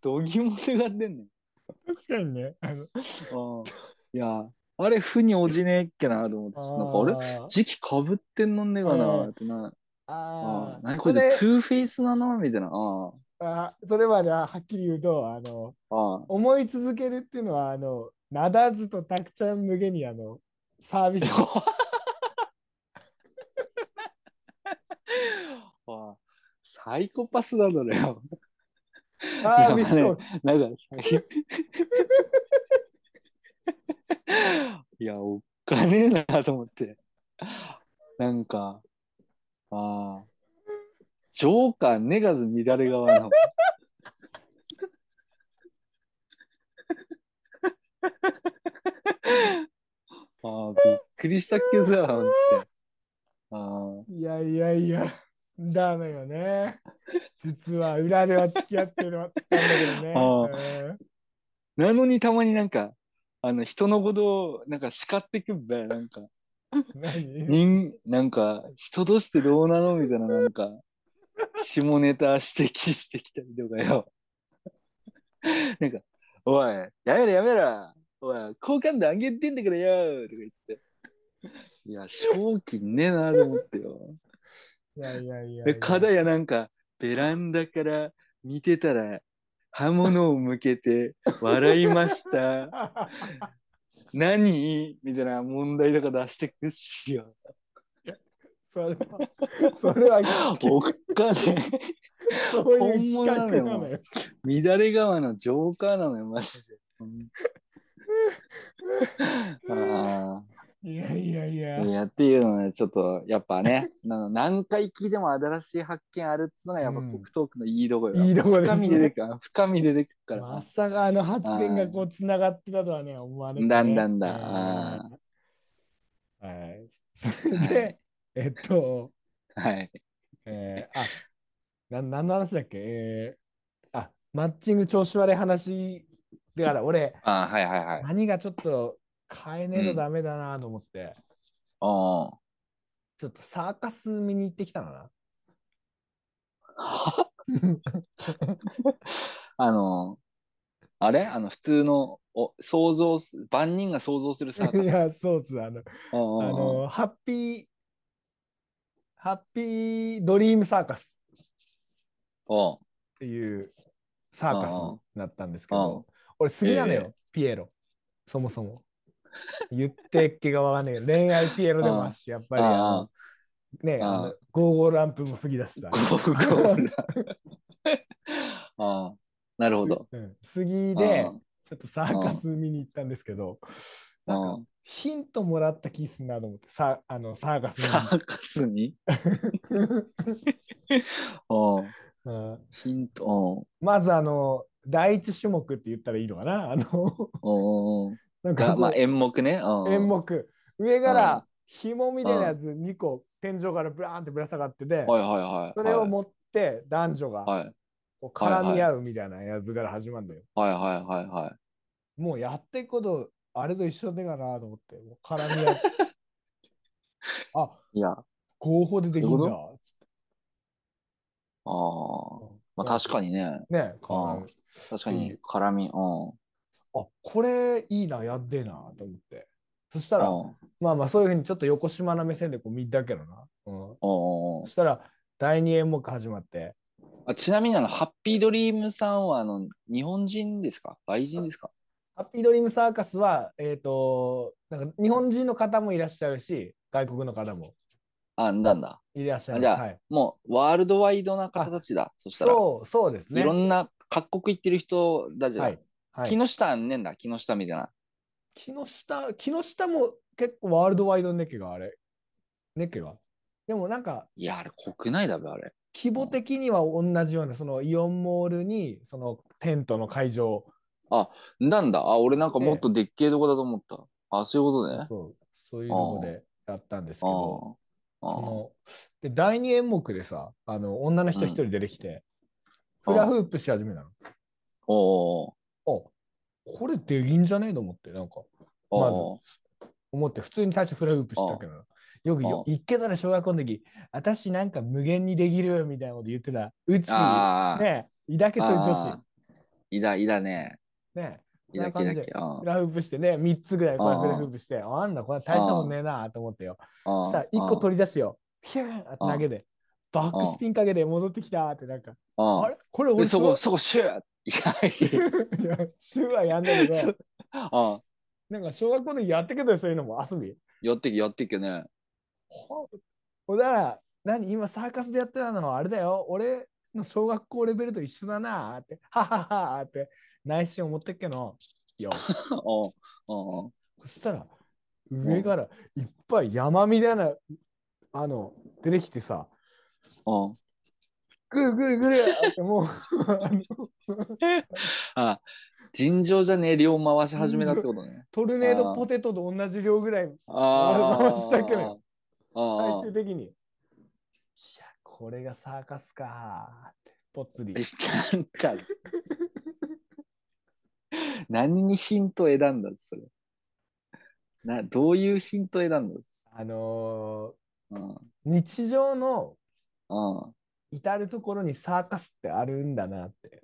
Speaker 2: どぎも手が出んねん。
Speaker 1: 確かに ね。あの
Speaker 2: うんいや、あれ、負に応じねえっけなと思って、なんかあれ
Speaker 1: あー
Speaker 2: 時期かぶってんのんねえかなってな。あ
Speaker 1: あー
Speaker 2: あ、何こ
Speaker 1: そ
Speaker 2: れで
Speaker 1: れ
Speaker 2: ツーフェイスなのみたいな。あ
Speaker 1: あそれはじゃあはっきり言うとあの
Speaker 2: あ、ああ。
Speaker 1: 思い続けるっていうのはあのなだずとたくちゃん向けにあのサ ービス
Speaker 2: ああサイコパスなのだよ。
Speaker 1: ああ、ミス
Speaker 2: いや
Speaker 1: コ
Speaker 2: まなんかさ いや、おっかねえなと思って。なんか、ああ、ジョーカー、ネガズ乱れ側 の。ああ、びっくりしたっけさ、ほんって。あ
Speaker 1: いやいやいや、だのよ ね。実は裏では付き合ってるのあったんだけどね。
Speaker 2: あ
Speaker 1: うん
Speaker 2: あなのにたまになんか、あの人のことをなんか叱ってくんだよ、なんか。
Speaker 1: 何
Speaker 2: 人なんか人としてどうなのみたいなな んか下ネタ指摘してきたりとかよ なんか「おいやめろやめろおい好感度上げてんだからよ」とか言っていや正気ねえなと思ってよ
Speaker 1: いやいやいや
Speaker 2: で片やなんかベランダから見てたら刃物を向けて笑いました何みたいな問題とか出してくっ しよ
Speaker 1: それは、それは危険
Speaker 2: おっかねえ
Speaker 1: そういう企画なのよ。
Speaker 2: 乱れ川のジョーカーなのよ、マジで。あ
Speaker 1: いやいやい
Speaker 2: あ、
Speaker 1: や。
Speaker 2: いや、っていうのね、ちょっと、やっぱね、 な何回聞いても新しい発見あるっつうのが、やっぱ
Speaker 1: うん
Speaker 2: 国トークのいいとこよ。
Speaker 1: いいとこです
Speaker 2: 深
Speaker 1: ね
Speaker 2: み出てくから、深み出てくから。
Speaker 1: まさかあの発言がこうつながってたとはね、思わなかった
Speaker 2: だ
Speaker 1: ね。
Speaker 2: んだんだ。
Speaker 1: うん
Speaker 2: あ
Speaker 1: はい。それで、えっと、
Speaker 2: あはい。
Speaker 1: えー、あ、な何の話だっけえー、あ、マッチング調子悪い話。だから俺、
Speaker 2: ああ、はいはいはい。
Speaker 1: 何がちょっと変えねえとダメだなと思って、
Speaker 2: おー
Speaker 1: ちょっとサーカス見に行ってきたのな。
Speaker 2: あのあれあの、普通の、お想像す、万人が想像するサーカ ス。
Speaker 1: いや、そうっす。あの、
Speaker 2: うん
Speaker 1: あ
Speaker 2: うんうん
Speaker 1: のハッピー、ハッピードリームサーカス
Speaker 2: おう
Speaker 1: っていうサーカス
Speaker 2: うんうん
Speaker 1: になったんですけ
Speaker 2: うん
Speaker 1: ど、俺好きなのよ、
Speaker 2: え
Speaker 1: ピエロ。そもそも。言ってっけがわかんないけど、恋愛ピエロでもある し、やっぱりあの、ね
Speaker 2: ん
Speaker 1: あの、ゴーゴーランプも好きだしさ。
Speaker 2: ゴーゴーラ。 ああ、なるほど。
Speaker 1: うん、杉で
Speaker 2: あー、
Speaker 1: ちょっとサーカス見に行ったんですけど、なん
Speaker 2: う
Speaker 1: かヒントもらった気すんなと思って、さあのサーカス
Speaker 2: サーカ スに
Speaker 1: 見に
Speaker 2: うん
Speaker 1: うん
Speaker 2: ヒント。
Speaker 1: まずあの、第一種目って言ったらいいのかなあ の、
Speaker 2: うんうんうん
Speaker 1: なんか
Speaker 2: が、
Speaker 1: こう
Speaker 2: まあ、演目ね。うん
Speaker 1: 演。目。上か
Speaker 2: うん
Speaker 1: ら紐みたいなやつ2個、天井からブラーンってぶら下がってて、
Speaker 2: はいはいはい。
Speaker 1: それを持って男女が
Speaker 2: はい
Speaker 1: こう絡み合うみたいなやつから始まるのよ。
Speaker 2: はいはいはいはい。
Speaker 1: もうやっていくこと、あれと一緒でかなと思って、もう絡 み合う。あ、
Speaker 2: いや、あ
Speaker 1: 合法でできるん
Speaker 2: どう
Speaker 1: だ
Speaker 2: い。
Speaker 1: つって
Speaker 2: あー、まあ確かにね。
Speaker 1: ね、絡
Speaker 2: あ
Speaker 1: む
Speaker 2: 確かに、絡み。うん。
Speaker 1: あ、これいいな、やってえなと思って。そした
Speaker 2: う
Speaker 1: ら、
Speaker 2: んうん
Speaker 1: まあまあそういうふうにちょっと横島な目線でこう見たけどな。うん、
Speaker 2: うんう
Speaker 1: そ
Speaker 2: ん
Speaker 1: したら第2演目始まって、
Speaker 2: あちなみにあの、ハッピードリームさんは、あの、日本人ですか外人ですか
Speaker 1: ハッピードリームサーカスは、えっ、と、なんか日本人の方もいらっしゃるし、外国の方も
Speaker 2: あ、なんだ。
Speaker 1: いらっしゃる
Speaker 2: あじゃあ
Speaker 1: はい、
Speaker 2: もう、ワールドワイドな方たちだ。そしたら。
Speaker 1: そう、そうですね。
Speaker 2: いろんな各国行ってる人だじゃん、
Speaker 1: はい。はい、
Speaker 2: 木下あんねんだ木下みたいな
Speaker 1: 木下、木下も結構ワールドワイドネッケがあれ。ネッケが。でもなんか、
Speaker 2: いやあれ国内だべあれ
Speaker 1: 規模的には同じような、そのイオンモールに、そのテントの会場。
Speaker 2: なんだあ俺なんかもっとでっけえとこだと思った、あそういうことね
Speaker 1: そう、そういうとこでやったんですけど。
Speaker 2: ああ
Speaker 1: そ
Speaker 2: あ
Speaker 1: ので第2演目でさあの女の人一人出てきて、フラフープし始めたの。あ
Speaker 2: お
Speaker 1: これできんじゃねえと思ってなんか
Speaker 2: お
Speaker 1: まず思って普通に最初フラフープしたけどよくよ
Speaker 2: う
Speaker 1: 言ってたら小学校の時私なんか無限にできるみたいなこと言ってたうち
Speaker 2: ああ
Speaker 1: ねえいだけそういう女
Speaker 2: あ
Speaker 1: 子
Speaker 2: あいだいだね
Speaker 1: ね
Speaker 2: いだけいだけ
Speaker 1: え
Speaker 2: あ
Speaker 1: フラフープしてね3つぐらいこうやってフ
Speaker 2: うん
Speaker 1: ラフープしてあんなこれ大したもんねえなと思ってよ
Speaker 2: あ
Speaker 1: さ1個取り出すよヒューンって投げてバックスピンかけて戻ってきたってなんか
Speaker 2: あ
Speaker 1: あ
Speaker 2: れ
Speaker 1: れこれ俺
Speaker 2: そ
Speaker 1: 小
Speaker 2: こそこシューいやい
Speaker 1: いや、週はやんだけ
Speaker 2: やそ
Speaker 1: ど、
Speaker 2: あ
Speaker 1: なんか小学校でやってけどそういうのも遊び。
Speaker 2: やってけやってけね
Speaker 1: ほほだから、何今サーカスでやってたのはあれだよ。俺、の小学校レベルと一緒だなーって、ははははーって内心思ってっけど、よ。
Speaker 2: おおお
Speaker 1: そしたら、上からいっぱい山みたいな、あの、出てきてさ、
Speaker 2: お
Speaker 1: ぐるぐるぐるってもう、あの
Speaker 2: あ 尋常じゃねえ量回し始めたってこ とね。
Speaker 1: トルネードポテトと同じ量ぐらい、
Speaker 2: ああ。
Speaker 1: 回したけど最
Speaker 2: あ
Speaker 1: 終的に、いや、これがサーカスかーって、ぽつり。
Speaker 2: あ。なんか。何にヒント選んだそれ。などういうヒント選んだん
Speaker 1: あの
Speaker 2: うん
Speaker 1: ー日常の
Speaker 2: うん。
Speaker 1: 至るところにサーカスってあるんだなって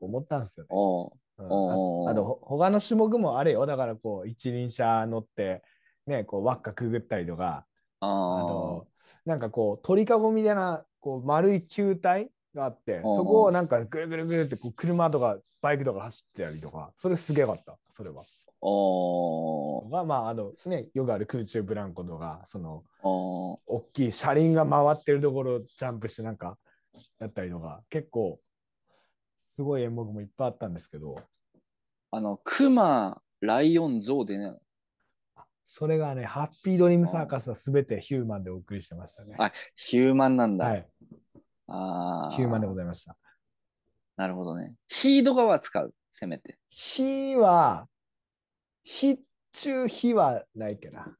Speaker 1: 思ったんですよね。
Speaker 2: おう
Speaker 1: うん
Speaker 2: おー
Speaker 1: ああとほ他の種目もあれよだからこう一輪車乗ってねこう輪っかくぐったりとか
Speaker 2: あ
Speaker 1: あ
Speaker 2: ー
Speaker 1: となんかこう鳥かごみたいなこう丸い球体があって
Speaker 2: おう
Speaker 1: そこをなんかぐるぐるぐるってこう車とかバイクとか走ってたりとかそれすげえよかったそれは。
Speaker 2: おー
Speaker 1: はまああのねよくある空中ブランコとかその
Speaker 2: おー
Speaker 1: 大きい車輪が回ってるところをジャンプしてなんかやったりとか結構すごい演目もいっぱいあったんですけど
Speaker 2: あの、クマ、ライオン、ゾウでね。
Speaker 1: それがねハッピードリームサーカスは全てヒューマンでお送りしてましたね。
Speaker 2: あヒューマンなんだ。
Speaker 1: はい、
Speaker 2: ああ。
Speaker 1: ヒューマンでございました。
Speaker 2: なるほどね。ヒード側は使う、せめて。
Speaker 1: 火は、火中火はないっけな。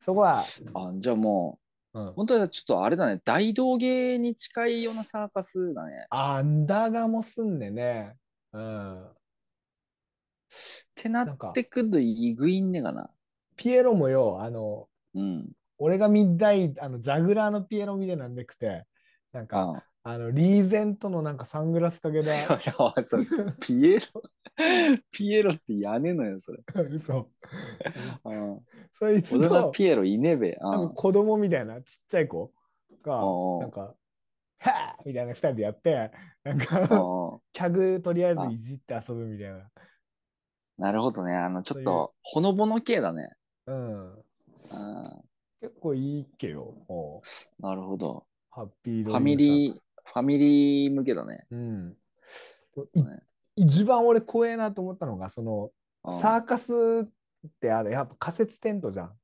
Speaker 1: そこは、
Speaker 2: あじゃあも
Speaker 1: うん
Speaker 2: う、本当にちょっとあれだね、大道芸に近いようなサーカスだね。
Speaker 1: あんだがもすんでね。うん。
Speaker 2: ってなってくると、いぐいんねがな。
Speaker 1: ピエロもよ、あの、
Speaker 2: うん。
Speaker 1: 俺が見たい、あの、ジャグラーのピエロみたいなんでくて、なんか、
Speaker 2: あ
Speaker 1: あの、リーゼントのなんかサングラスかけ
Speaker 2: いや
Speaker 1: た、
Speaker 2: いやそれピエロ、ピエロってやねえのよ、それ。
Speaker 1: 嘘。
Speaker 2: うん
Speaker 1: そいつ
Speaker 2: 俺が
Speaker 1: と、
Speaker 2: ピエロいねえべ。
Speaker 1: なん
Speaker 2: う
Speaker 1: か
Speaker 2: ん
Speaker 1: 子供みたいな、ちっちゃい子が、
Speaker 2: おうおう
Speaker 1: なんか、はぁみたいな二人でやって、なん
Speaker 2: う
Speaker 1: か、
Speaker 2: んうん
Speaker 1: キャグとりあえずいじって遊ぶみたいな。
Speaker 2: なるほどね。あの、ちょっ
Speaker 1: そういう
Speaker 2: と、ほのぼの系だね。
Speaker 1: うん。
Speaker 2: あ
Speaker 1: 結構いいっけよ。もう
Speaker 2: なるほど。
Speaker 1: ハッピー
Speaker 2: フ
Speaker 1: ド
Speaker 2: ァミ
Speaker 1: ー
Speaker 2: リー、ファミリー向けだね。
Speaker 1: ムさん。うん。い一番俺怖えなと思ったのが、その、サ
Speaker 2: あ
Speaker 1: ーカスってあれ、やっぱ仮設テントじゃん。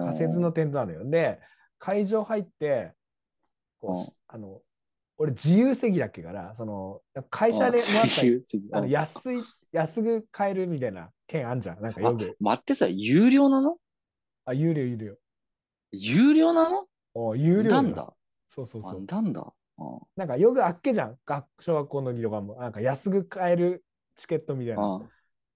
Speaker 1: 仮設のテントなのよ。で、会場入って、
Speaker 2: う
Speaker 1: こ
Speaker 2: ん
Speaker 1: う、あの、俺自由席だっけから、その、会社でもらったり、あの安い、安く買えるみたいな券あんじゃん。なんかよく。
Speaker 2: 待ってさ、有料なの
Speaker 1: あ、有料、有料。
Speaker 2: 有料なの
Speaker 1: お有料よ
Speaker 2: なんだ。
Speaker 1: そうそうそう
Speaker 2: あ。なんだ。うん
Speaker 1: なんかよくあっけじゃん。学小学校の時とかも。なんか安く買えるチケットみたいな。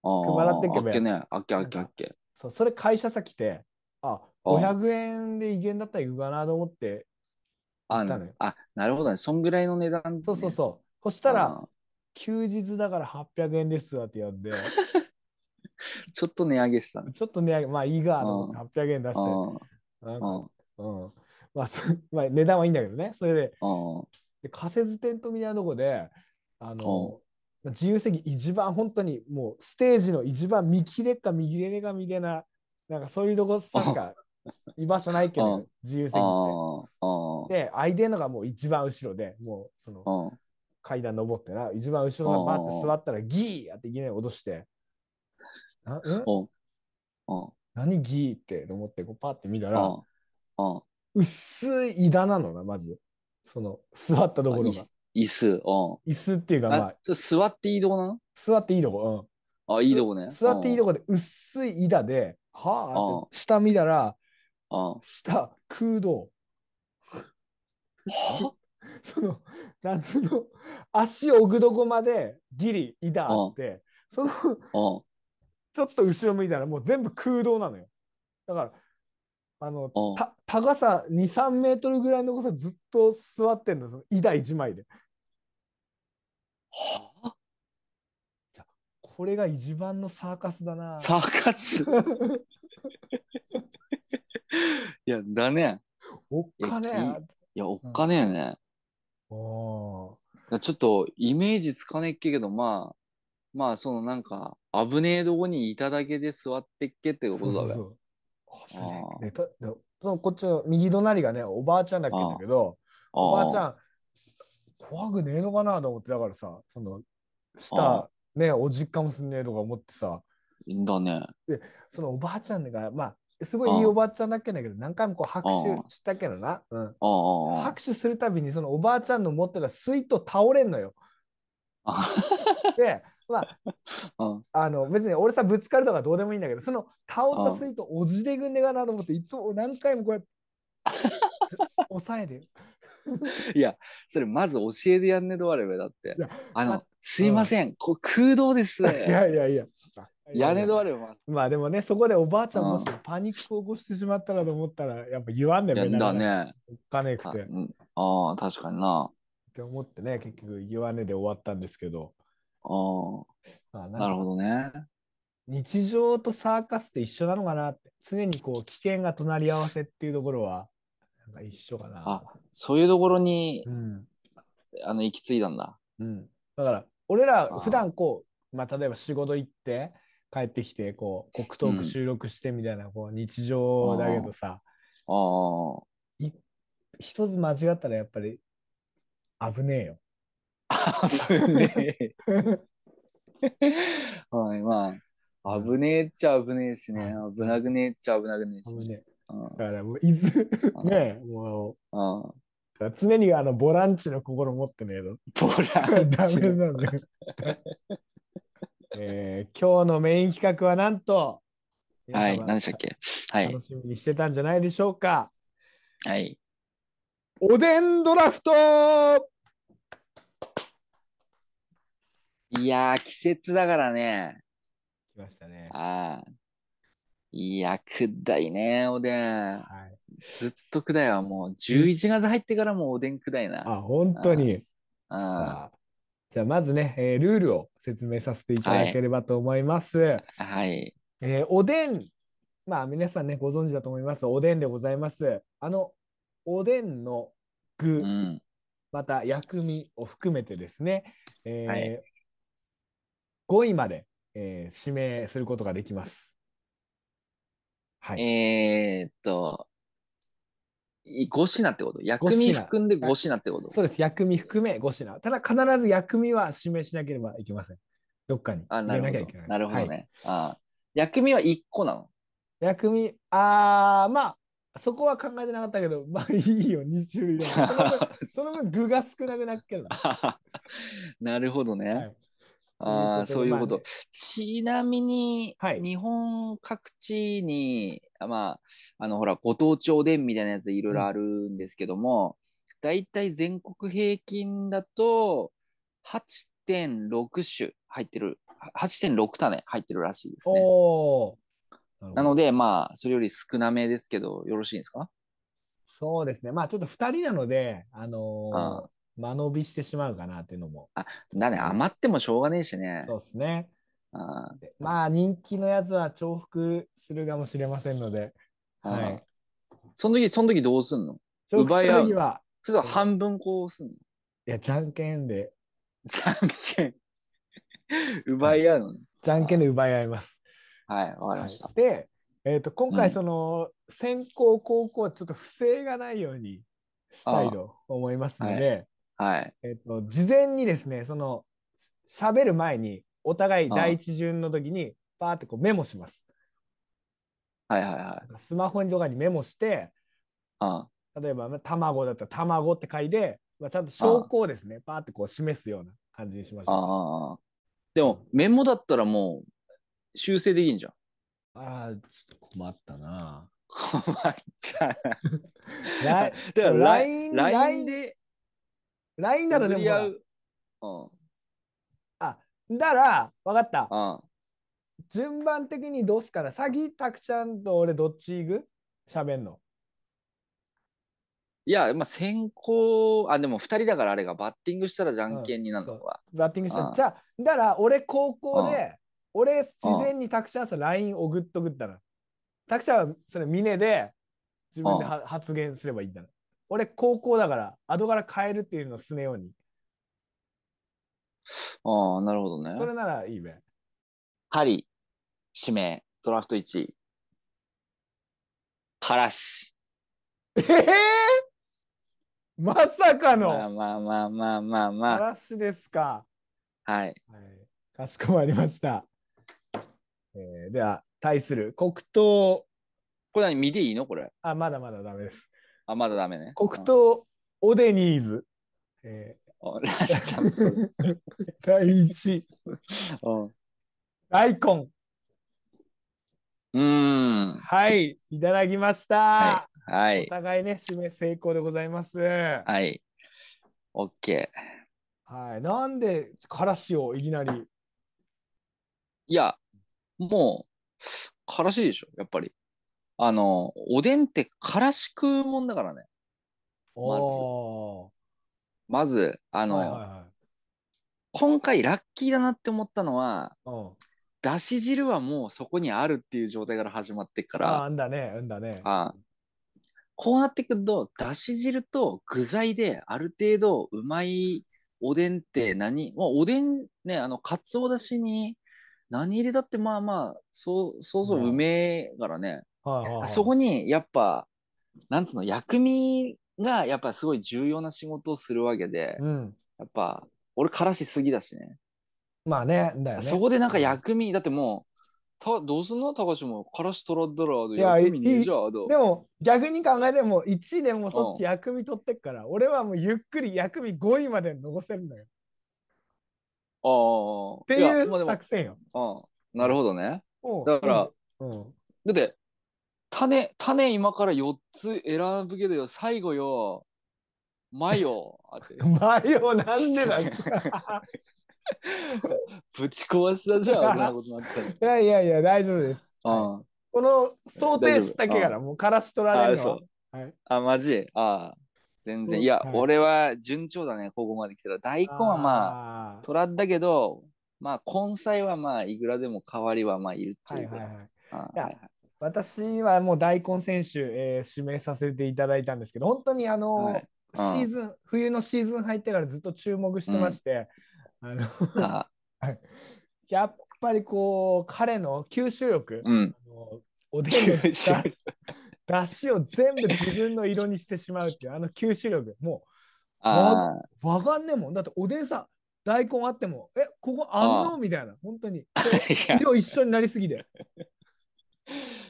Speaker 2: ああ。
Speaker 1: 配らってけば
Speaker 2: あ
Speaker 1: や
Speaker 2: っけね。あっけあっけあっけ。
Speaker 1: そうそれ会社先で、あ、500円でいけんだったら行くかなと思って。
Speaker 2: あ
Speaker 1: 行ったのよ、
Speaker 2: あ、なるほどね。そんぐらいの値段。
Speaker 1: そうそう
Speaker 2: う。
Speaker 1: そう。そしたら、休日だから800円ですわってやって、
Speaker 2: うんちょっと値上げしたね。
Speaker 1: ちょっと値上げ、まあいいがと思って800円出して、なん
Speaker 2: う
Speaker 1: か、
Speaker 2: ん
Speaker 1: うん。まあ、そまあ、値段はいいんだけどね。それで、
Speaker 2: うん
Speaker 1: で仮設テントみたいなとこで、あの、自由席一番本当にもうステージの一番見切れっか見切れねえかみたいな、なんか そういうとこさしか居場所ないけ
Speaker 2: う
Speaker 1: ど
Speaker 2: ん、
Speaker 1: 自由席っ
Speaker 2: ああ。
Speaker 1: て。で、空いてんのがもう一番後ろで、もうその
Speaker 2: うん
Speaker 1: 階段登ってな、一番後ろさ
Speaker 2: うん
Speaker 1: バーって座ったらギーやっていきなり落として、なうん
Speaker 2: うんうん
Speaker 1: 何ギーってと思ってこうパッて見たら、
Speaker 2: うんうん
Speaker 1: 薄い枝なのな、まず。その座ったところが
Speaker 2: あ。椅子。
Speaker 1: 椅子っていう
Speaker 2: う
Speaker 1: か、
Speaker 2: ん。
Speaker 1: ま
Speaker 2: あ
Speaker 1: あ、、
Speaker 2: それ座って移動なの
Speaker 1: 座っていいとこ。うん
Speaker 2: あ、いいとこね。
Speaker 1: す座っていいとこで薄い板で、はあって下見たら、
Speaker 2: こ。うん
Speaker 1: 下空洞。
Speaker 2: は
Speaker 1: その夏の足を置くとこまでギリ板あって、その
Speaker 2: うん
Speaker 1: ちょっと後ろ向いたらもう全部空洞なのよ。だから、あの、
Speaker 2: うん
Speaker 1: た高さ2、3メートルぐらいのとこさずっと座ってんの、その板1枚で。
Speaker 2: は
Speaker 1: これが一番のサーカスだな。
Speaker 2: サーカ スいや、だね。
Speaker 1: おっかねえな。
Speaker 2: いや、おっかねえね。
Speaker 1: おー
Speaker 2: いやちょっと、イメージつかねえっけけど、まあ、まあ、そのなんか、危ねえとこにいただけで座ってっけってこ
Speaker 1: そう
Speaker 2: とだ
Speaker 1: そう
Speaker 2: べ。
Speaker 1: そう
Speaker 2: あー
Speaker 1: でたでそのこっちの右隣がねおばあちゃんだっけんだけどおばあちゃん怖くねえのかなと思って、だからさ、その、スタ
Speaker 2: あ
Speaker 1: ー、ね、おじっかもすんねえとか思ってさ、
Speaker 2: だね。
Speaker 1: そのおばあちゃんが、まあ、すごいいいおばあちゃんだっけんだけど、何回もこう拍
Speaker 2: あ
Speaker 1: 手したけどな。うん。
Speaker 2: ああああ。
Speaker 1: 拍手するたびに、そのおばあちゃんの持ってた水筒倒れんのよ。で、まあ、
Speaker 2: うん
Speaker 1: あの別に俺さぶつかるとかどうでもいいんだけどその倒ったスイートおじでぐんねがなと思っていつも何回もこうやって 抑えて
Speaker 2: いや、それまず教えてやんねどあれべだって
Speaker 1: いや。
Speaker 2: あ
Speaker 1: あ
Speaker 2: の、すいません、こう空洞です。
Speaker 1: いやいやいや
Speaker 2: 屋根ど
Speaker 1: は
Speaker 2: あれべ。
Speaker 1: まあでもねそこでおばあちゃん
Speaker 2: うん
Speaker 1: もしパニックを起こしてしまったらと思ったらやっぱ言わんね
Speaker 2: やん
Speaker 1: な
Speaker 2: だ
Speaker 1: かなか
Speaker 2: ね。
Speaker 1: おっかねく
Speaker 2: あ
Speaker 1: てっ
Speaker 2: うんああ、確かにな。
Speaker 1: て思ってね結局言わねで終わったんですけど
Speaker 2: ああ、
Speaker 1: まあ
Speaker 2: な
Speaker 1: な
Speaker 2: る
Speaker 1: んか
Speaker 2: ほどね。
Speaker 1: 日常とサーカスって一緒なのかなって常にこう危険が隣り合わせっていうところはなんか一緒かな
Speaker 2: あそういうところに
Speaker 1: うん
Speaker 2: あの行き着いたんだ。
Speaker 1: うん、だから俺ら
Speaker 2: あ
Speaker 1: 普段こうまあ、例えば仕事行って帰ってきてこうコクトー
Speaker 2: う
Speaker 1: ク
Speaker 2: ん
Speaker 1: 収録してみたいな、こう日常だけどさ
Speaker 2: ああ。
Speaker 1: 一つ間違ったらやっぱり危ねえよ。
Speaker 2: 危ねえ。はい、まあ、危ねえっちゃ危ねえしね。危なくねえっちゃ危なくねえし、
Speaker 1: 危ねえ
Speaker 2: うん
Speaker 1: だからもういず
Speaker 2: あ
Speaker 1: ねえも
Speaker 2: うん
Speaker 1: うだから常にあのボランチの心持ってねえと
Speaker 2: ボ ラン
Speaker 1: ダ
Speaker 2: チ
Speaker 1: メなんだよ。 えー今日のメイン企画はなんと
Speaker 2: はい、
Speaker 1: 皆様
Speaker 2: 何でしたっけはい
Speaker 1: 楽、しみにしてたんじゃないでしょうか。
Speaker 2: はい。
Speaker 1: おでんドラフト
Speaker 2: いやー、季節だからね。
Speaker 1: 来ましたね。
Speaker 2: ああ。いや、くだいね、おでん。
Speaker 1: はい、
Speaker 2: ずっとくだいわ、もう。11月入ってからもうおでんくだいな。
Speaker 1: あ、本当に。
Speaker 2: あ
Speaker 1: さあじゃあ、まずね、えールールを説明させていただければと思います。
Speaker 2: あはい。
Speaker 1: えーおでん、まあ、皆さんね、ご存知だと思います。おでんでございます。あの、おでんの具、
Speaker 2: うん。
Speaker 1: また薬味を含めてですね、えー
Speaker 2: はい
Speaker 1: 5位まで、えー指名することができます。はい。
Speaker 2: えー、っと、い5品ってこと薬
Speaker 1: 五
Speaker 2: 味
Speaker 1: 品
Speaker 2: 含んで5品ってこと
Speaker 1: そうです。薬味含め5品。ただ、必ず薬味は指名しなければいけません。どっかに
Speaker 2: あ、
Speaker 1: 入
Speaker 2: な
Speaker 1: れな
Speaker 2: るほ
Speaker 1: きゃ
Speaker 2: ど
Speaker 1: いけない。。
Speaker 2: なるほど
Speaker 1: はい
Speaker 2: ね。ああ薬味は1個なの。
Speaker 1: 薬味、あー、まあ、そこは考えてなかったけど、 まあいいよ、2種 類だから。その分その分、具が少なくなっけどな。
Speaker 2: なるほどね。
Speaker 1: はい
Speaker 2: ああ、
Speaker 1: と
Speaker 2: そう
Speaker 1: い
Speaker 2: いうう
Speaker 1: こ
Speaker 2: ことと。
Speaker 1: で
Speaker 2: ちなみに、
Speaker 1: はい
Speaker 2: 日本各地に、あまあ、あの、ほら、ご当地おでんみたいなやついろいろあるんですけども、だいたい全国平均だと、8.6種入ってる、は8.6種入ってるらしいですね。
Speaker 1: おー。
Speaker 2: な
Speaker 1: るほ
Speaker 2: の
Speaker 1: ど
Speaker 2: で、まあ、それより少なめですけど、よろしいですか
Speaker 1: そうですね。まあ、ちょっと2人なので、あのー
Speaker 2: あ
Speaker 1: 間延びしてしまうかなっていうのも。
Speaker 2: だね、余ってもしょうがねえしね。
Speaker 1: そうですね。
Speaker 2: あ
Speaker 1: でまあ、人気のやつは重複するかもしれませんので、
Speaker 2: あ
Speaker 1: はい
Speaker 2: ああその時、その時どうすんの
Speaker 1: 重複した
Speaker 2: 奪い合う
Speaker 1: 時は、
Speaker 2: それとも半分こうす んの
Speaker 1: いや、じゃんけんで、
Speaker 2: じゃんけん。奪い合うのね。
Speaker 1: じゃんけんで奪い合います。
Speaker 2: はい、わかりました
Speaker 1: はい。で、えー、と今
Speaker 2: う
Speaker 1: 回
Speaker 2: ん
Speaker 1: その、先行後攻はちょっと不正がないようにしたいと思いますので、
Speaker 2: はい。
Speaker 1: えー、と事前にですねそのしゃべる前にお互い
Speaker 2: ああ
Speaker 1: 第一順の時にパーってこうメモします
Speaker 2: はいはいはい。
Speaker 1: スマホとかにメモして
Speaker 2: あ
Speaker 1: 例えば、まあ、卵だったら卵って書いて、まあ、ちゃんと証拠をですねパーってこう示すような感じにしまし
Speaker 2: あ
Speaker 1: ょう
Speaker 2: ああ。でも、メモだったらもう、修正できんじ ゃん。
Speaker 1: ああーちょっと困ったな
Speaker 2: 困ったな。
Speaker 1: ラ
Speaker 2: だから、ラ
Speaker 1: LINE
Speaker 2: イン、ラインで、
Speaker 1: LINE ならでもほら
Speaker 2: 譲り合う。
Speaker 1: だから分かった
Speaker 2: うん。うん。
Speaker 1: 順番的にどうすかな先たくちゃんと俺どっち行くしゃべんの
Speaker 2: いや、まあ、先行、あ、でも2人だからあれが、バッティングしたらじゃんけんになるのか。
Speaker 1: バッティングした
Speaker 2: うん
Speaker 1: じゃあだから俺高校
Speaker 2: う
Speaker 1: で俺事前にたくちゃんさ LINE 送っとくったらたくちゃんはそれ峰で自分では発言すればいいんだな俺高校だから後から変えるっていうのをすねように
Speaker 2: ああ、なるほど
Speaker 1: そ
Speaker 2: ね。
Speaker 1: れならいいべ
Speaker 2: ハリ、指名、ドラフト1位。からし。
Speaker 1: ええまさか
Speaker 2: まあ
Speaker 1: の
Speaker 2: まあまあまあまあま
Speaker 1: 話ですか。
Speaker 2: あ。はい。
Speaker 1: はい、かしこまりました。えーでは、対する黒糖、
Speaker 2: これ何見ていいのこれ。
Speaker 1: あ、まだまだダメです。
Speaker 2: あ、まだダメね。
Speaker 1: 黒糖オデニーズ。え
Speaker 2: うん。あ
Speaker 1: ー第1、
Speaker 2: うん
Speaker 1: 大根。
Speaker 2: うーん。
Speaker 1: はい、いただきました。
Speaker 2: は
Speaker 1: お
Speaker 2: い。
Speaker 1: 互いね、指名成功でございます。は
Speaker 2: はい。オッケー。
Speaker 1: い、なんで、からしをいきなり。
Speaker 2: いや、もう、からしでしょ、やっぱり。あの、おでんってからし食うもんだからね。
Speaker 1: お
Speaker 2: まず、あ
Speaker 1: ー
Speaker 2: の、
Speaker 1: はいはいはい
Speaker 2: 今回ラッキーだなって思ったのは、
Speaker 1: うん、
Speaker 2: だし汁はもうそこにあるっていう状態から始まってっか
Speaker 1: あ
Speaker 2: ら、
Speaker 1: あんだね、うんだね。
Speaker 2: あこうなってくると、だし汁と具材である程度うまいおでんって何、まあ、おでんね、あの、かつおだしに何入れだってまあまあ、そう、そうそううめえからね、
Speaker 1: はいはいはい
Speaker 2: あそこにやっぱ、なんつうの、薬味がやっぱすごい重要な仕事をするわけで、
Speaker 1: うん、
Speaker 2: やっぱ、俺からしすぎだしね。
Speaker 1: まあね、んだよね。
Speaker 2: そこでなんか薬味、だってもう、たどうすんの高橋も、からし取らった
Speaker 1: いや
Speaker 2: ら、薬味ねえじゃあ、どう
Speaker 1: でも逆に考えても1位でもそっち
Speaker 2: う
Speaker 1: 薬味取ってっから、俺はもうゆっくり薬味5位まで残せるのよ。っ
Speaker 2: ああ。ってや
Speaker 1: い
Speaker 2: まあで
Speaker 1: う
Speaker 2: も
Speaker 1: 作戦よ。
Speaker 2: うん、なるほどね。
Speaker 1: うん
Speaker 2: だから、
Speaker 1: うん、
Speaker 2: だって、種、種今から4つ選ぶけどよ、最後よ、マヨ、あ って
Speaker 1: マヨなんでなんす か
Speaker 2: ぶち壊しだじ ゃん、あんなことになっ
Speaker 1: いやいやいや、大丈夫です。
Speaker 2: たら。うん。
Speaker 1: この想定したけから、もうからし取られ
Speaker 2: あ、
Speaker 1: るの
Speaker 2: そ
Speaker 1: は
Speaker 2: う。。
Speaker 1: はい
Speaker 2: あ、マジああ全然。
Speaker 1: うん
Speaker 2: いや、
Speaker 1: はい
Speaker 2: 俺は順調だね、ここまで来たら。大根はまあ、
Speaker 1: あ
Speaker 2: トラッだけど、まあ、根菜はまあ、いくらでも代わりはまあ、いるっ
Speaker 1: ー
Speaker 2: ちゃ
Speaker 1: はいいう
Speaker 2: か
Speaker 1: はい
Speaker 2: ら。
Speaker 1: はい。
Speaker 2: あ
Speaker 1: や
Speaker 2: はいはい
Speaker 1: 私はもう大根選手、えー指名させていただいたんですけど、本当にあの、
Speaker 2: はいうん
Speaker 1: シーズン、冬のシーズン入ってからずっと注目してまして、あの
Speaker 2: あ
Speaker 1: やっぱりこう、彼の吸収力、
Speaker 2: うん。
Speaker 1: あのおでんの
Speaker 2: 吸収力
Speaker 1: だしを全部自分の色にしてしまうっていう、あの吸収力、も
Speaker 2: ああ。
Speaker 1: うわかんねえもん。だっておでんさ、大根あっても、え、ここあんのみたいな、本 当に。
Speaker 2: いや、
Speaker 1: 色一緒になりすぎて。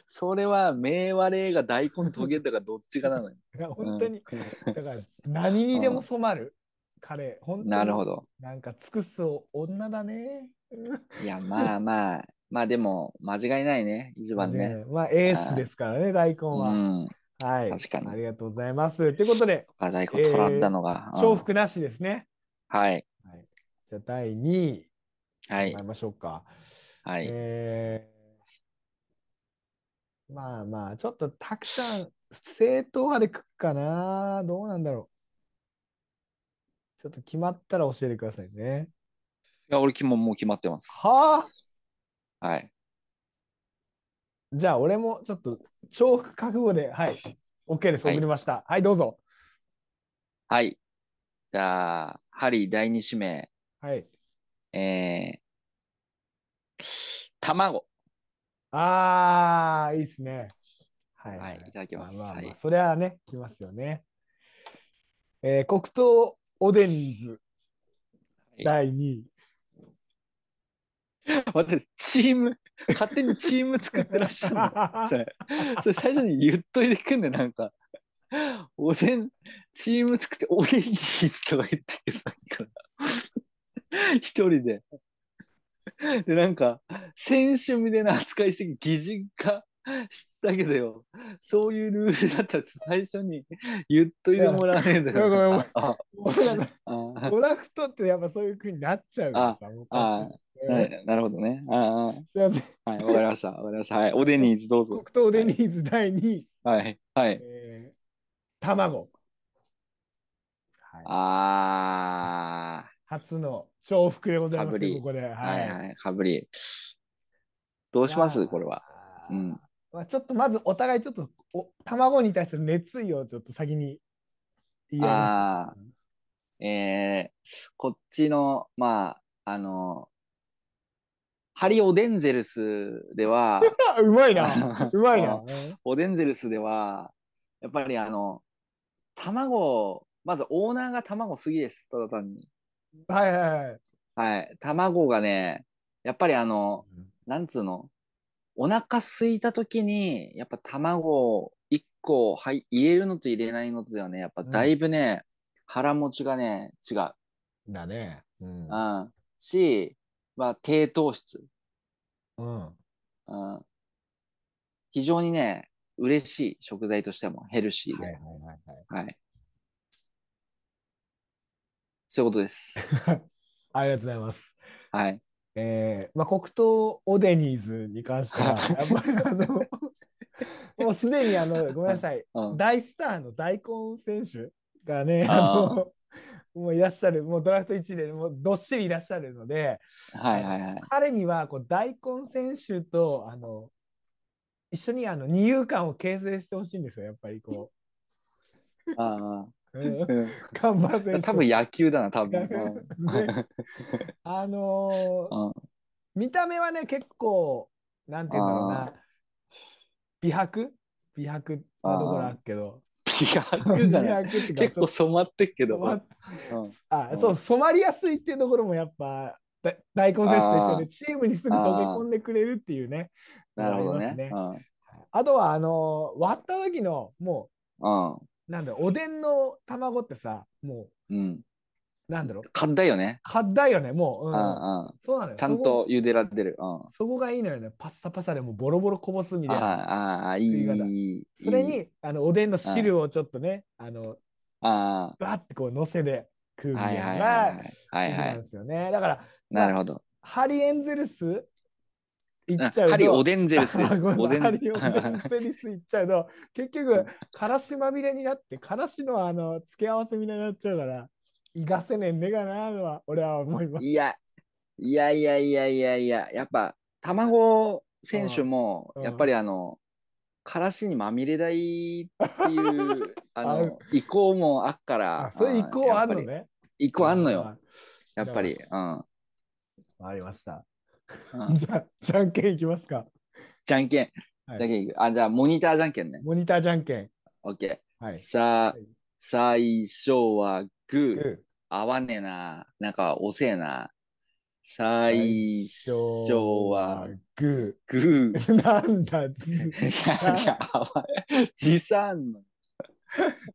Speaker 2: それは、名割れが大根とげたかどっちかなのよ。
Speaker 1: いや本当に、だから何にでも染まる彼、本当に
Speaker 2: なるほど。
Speaker 1: なんか尽くす女だね。
Speaker 2: いや、まあまあ、まあでも、間違いないね、一番ね。
Speaker 1: まあエースですからね、大根
Speaker 2: う
Speaker 1: は。
Speaker 2: ん。
Speaker 1: はい。
Speaker 2: 確かに
Speaker 1: ありがとうございます。ということで、
Speaker 2: が大根取らったのが。うん
Speaker 1: 重複なしですね。
Speaker 2: はい。
Speaker 1: じゃあ第2位、
Speaker 2: はい
Speaker 1: 参。りましょうか。
Speaker 2: はい。
Speaker 1: えーまあまあ、ちょっとたくさん正統派で食っかな。どうなんだろう。ちょっと決まったら教えてくださいね。
Speaker 2: いや、俺きも、もう決まってます。
Speaker 1: は
Speaker 2: あはい。
Speaker 1: じゃあ、俺もちょっと重複覚悟で、はい、OK です、
Speaker 2: はい
Speaker 1: 送りました。はい、どうぞ。
Speaker 2: はい。じゃあ、ハリー第二指名、
Speaker 1: はい。
Speaker 2: えー、卵。
Speaker 1: あー、いいっすね。はい、
Speaker 2: はい、いただきます。
Speaker 1: まあまあまあ
Speaker 2: はい。
Speaker 1: それはね、きますよね。えー、黒糖おでんず
Speaker 2: い
Speaker 1: 第2位。
Speaker 2: 待って、チーム、勝手にチーム作ってらっしゃるのそれ、それ最初に言っといてくんねなんか。おでん、チーム作って、おでんにーズとか言ってさっきから。一人で。で、なんか、選手みたいな扱いして、擬人化したけどよ。そういうルールだったら、最初に言っといてもらわねえだ
Speaker 1: いやごめんごめ
Speaker 2: よ
Speaker 1: ん。
Speaker 2: あ
Speaker 1: もうなんか
Speaker 2: あ
Speaker 1: ドラフトってやっぱそういう風になっちゃうからさ。もう
Speaker 2: あななるほどね。ああ
Speaker 1: すいません。
Speaker 2: はい、わかりました。わかりました。はい、おでんにーズどう
Speaker 1: 黒
Speaker 2: ぞ。
Speaker 1: 糖おでんず第2位。
Speaker 2: はい、はい。
Speaker 1: えー、卵。はい
Speaker 2: ああ。
Speaker 1: 初の重複でございます
Speaker 2: かぶ
Speaker 1: ね、
Speaker 2: り
Speaker 1: ここで。
Speaker 2: は
Speaker 1: はい
Speaker 2: はい、かぶり。どうしま
Speaker 1: いや
Speaker 2: す
Speaker 1: ー
Speaker 2: これは。うん。
Speaker 1: まあ、ちょっとまずお互いちょっとお卵に対する熱意をちょっと先に言い合いま
Speaker 2: ああ。えー、こっちの、まあ、あの、ハリオデンゼルスで は、
Speaker 1: すあうまいな うまいな
Speaker 2: あオデンゼルスでは、やっぱりあの、卵、まずオーナーが卵好きです、ただ単に。
Speaker 1: はいはいはい。
Speaker 2: はい。卵がね、やっぱりあの、なんつうの、お腹空いた時に、やっぱ卵1個、はい、入れるのと入れないのとではね、やっぱだいぶね、腹持ちがね、違う。
Speaker 1: だね。うん。
Speaker 2: うん。し、まあ、低糖質。
Speaker 1: うん。
Speaker 2: うん。非常にね、嬉しい食材としてもヘルシー
Speaker 1: はい
Speaker 2: で。
Speaker 1: は
Speaker 2: はい
Speaker 1: はいはい。
Speaker 2: い。そういうことです。
Speaker 1: ありがとうございます。
Speaker 2: はい。
Speaker 1: えーまあ、黒糖オデニーズに関して は、やっぱりあの、もうすでにあの、ごめんなさい、
Speaker 2: うん。
Speaker 1: 大スターの大根選手がね、あ
Speaker 2: あー
Speaker 1: の、もういらっしゃる、もうドラフト1でもうどっしりいらっしゃるので、
Speaker 2: はいはいはい。
Speaker 1: 彼にはこう大根選手と、あの、一緒にあの二遊間を形成してほしいんですよ、やっぱりこ
Speaker 2: あ
Speaker 1: う。うん
Speaker 2: あ。うん
Speaker 1: 看板選手。
Speaker 2: 多分野球だな、多分。うん
Speaker 1: ねあのー
Speaker 2: うん
Speaker 1: 見た目はね結構なんて言うんだろう
Speaker 2: あ
Speaker 1: な美白美白のところあるけど
Speaker 2: 違う
Speaker 1: 美
Speaker 2: か
Speaker 1: 白
Speaker 2: な。
Speaker 1: っていうか
Speaker 2: 結構
Speaker 1: ち
Speaker 2: 染まってっけ
Speaker 1: ょ
Speaker 2: ど。
Speaker 1: っとま
Speaker 2: うん
Speaker 1: あ
Speaker 2: うん
Speaker 1: そう染まりやすいっていうところもやっぱだ大根選手と一緒
Speaker 2: あー
Speaker 1: でチームにすぐ溶け込んでくれるっていうね
Speaker 2: なるほど
Speaker 1: あ
Speaker 2: ね。
Speaker 1: り
Speaker 2: うん。
Speaker 1: あとはあのー割った時のも
Speaker 2: うん
Speaker 1: うなんだろうおでんの卵ってさも
Speaker 2: うん。
Speaker 1: うなんだろう
Speaker 2: 硬いよね。
Speaker 1: 硬いよねもう、
Speaker 2: う
Speaker 1: うんん、
Speaker 2: うん。
Speaker 1: そうなのよ
Speaker 2: ちゃ
Speaker 1: そ
Speaker 2: ん
Speaker 1: こと
Speaker 2: 茹でられてる。うん。
Speaker 1: そこがいいのよね。パッサパサでもうボロボロこぼすみたいな。
Speaker 2: ああ、ああ、いい
Speaker 1: 食い方
Speaker 2: いい。
Speaker 1: それ
Speaker 2: いい、
Speaker 1: にあのおでんの汁をちょっとね、あの
Speaker 2: あ
Speaker 1: バってこうのせで食う
Speaker 2: あ、
Speaker 1: みた
Speaker 2: はい
Speaker 1: い
Speaker 2: は
Speaker 1: ないのが好
Speaker 2: はいは
Speaker 1: き
Speaker 2: い。はい
Speaker 1: な
Speaker 2: は
Speaker 1: ん
Speaker 2: い。
Speaker 1: ですよね。だから
Speaker 2: なるほど。
Speaker 1: ハリエンゼルス行
Speaker 2: あ
Speaker 1: っちゃうと。
Speaker 2: 針お
Speaker 1: ん
Speaker 2: でんゼルス です。お
Speaker 1: おで
Speaker 2: でん。
Speaker 1: んハリオ ンゼルス行っちゃうと結
Speaker 2: うん
Speaker 1: 局からしまみれになってからしのあの付け合わせみたいになっちゃうからいがせねんねがなとは俺は思います。
Speaker 2: いや、いやいやいやいやいや、やっぱ、卵選手も
Speaker 1: う、ん
Speaker 2: やっぱりあの、からしにまみれ たいっていう、あの、意向もあっから。
Speaker 1: あそういう意向はあるの
Speaker 2: うんやっぱ
Speaker 1: ね。
Speaker 2: り意向あんのよ。
Speaker 1: あ。
Speaker 2: やっぱり。
Speaker 1: だ
Speaker 2: うん。
Speaker 1: わかりました。
Speaker 2: うん
Speaker 1: じゃあじゃんけんいきますか。
Speaker 2: じゃんけん。
Speaker 1: はい
Speaker 2: じゃんけんいく。あ、じゃあ、モニターじゃんけんね。
Speaker 1: モニターじゃんけん。
Speaker 2: オッケ
Speaker 1: は
Speaker 2: ー。
Speaker 1: い。
Speaker 2: さあ
Speaker 1: はい、
Speaker 2: 最初はグー。
Speaker 1: グ
Speaker 2: 合わねえな。なんか遅えな。最初は
Speaker 1: グ
Speaker 2: グー。
Speaker 1: ー。なんだず
Speaker 2: いやいや、合わ時産の。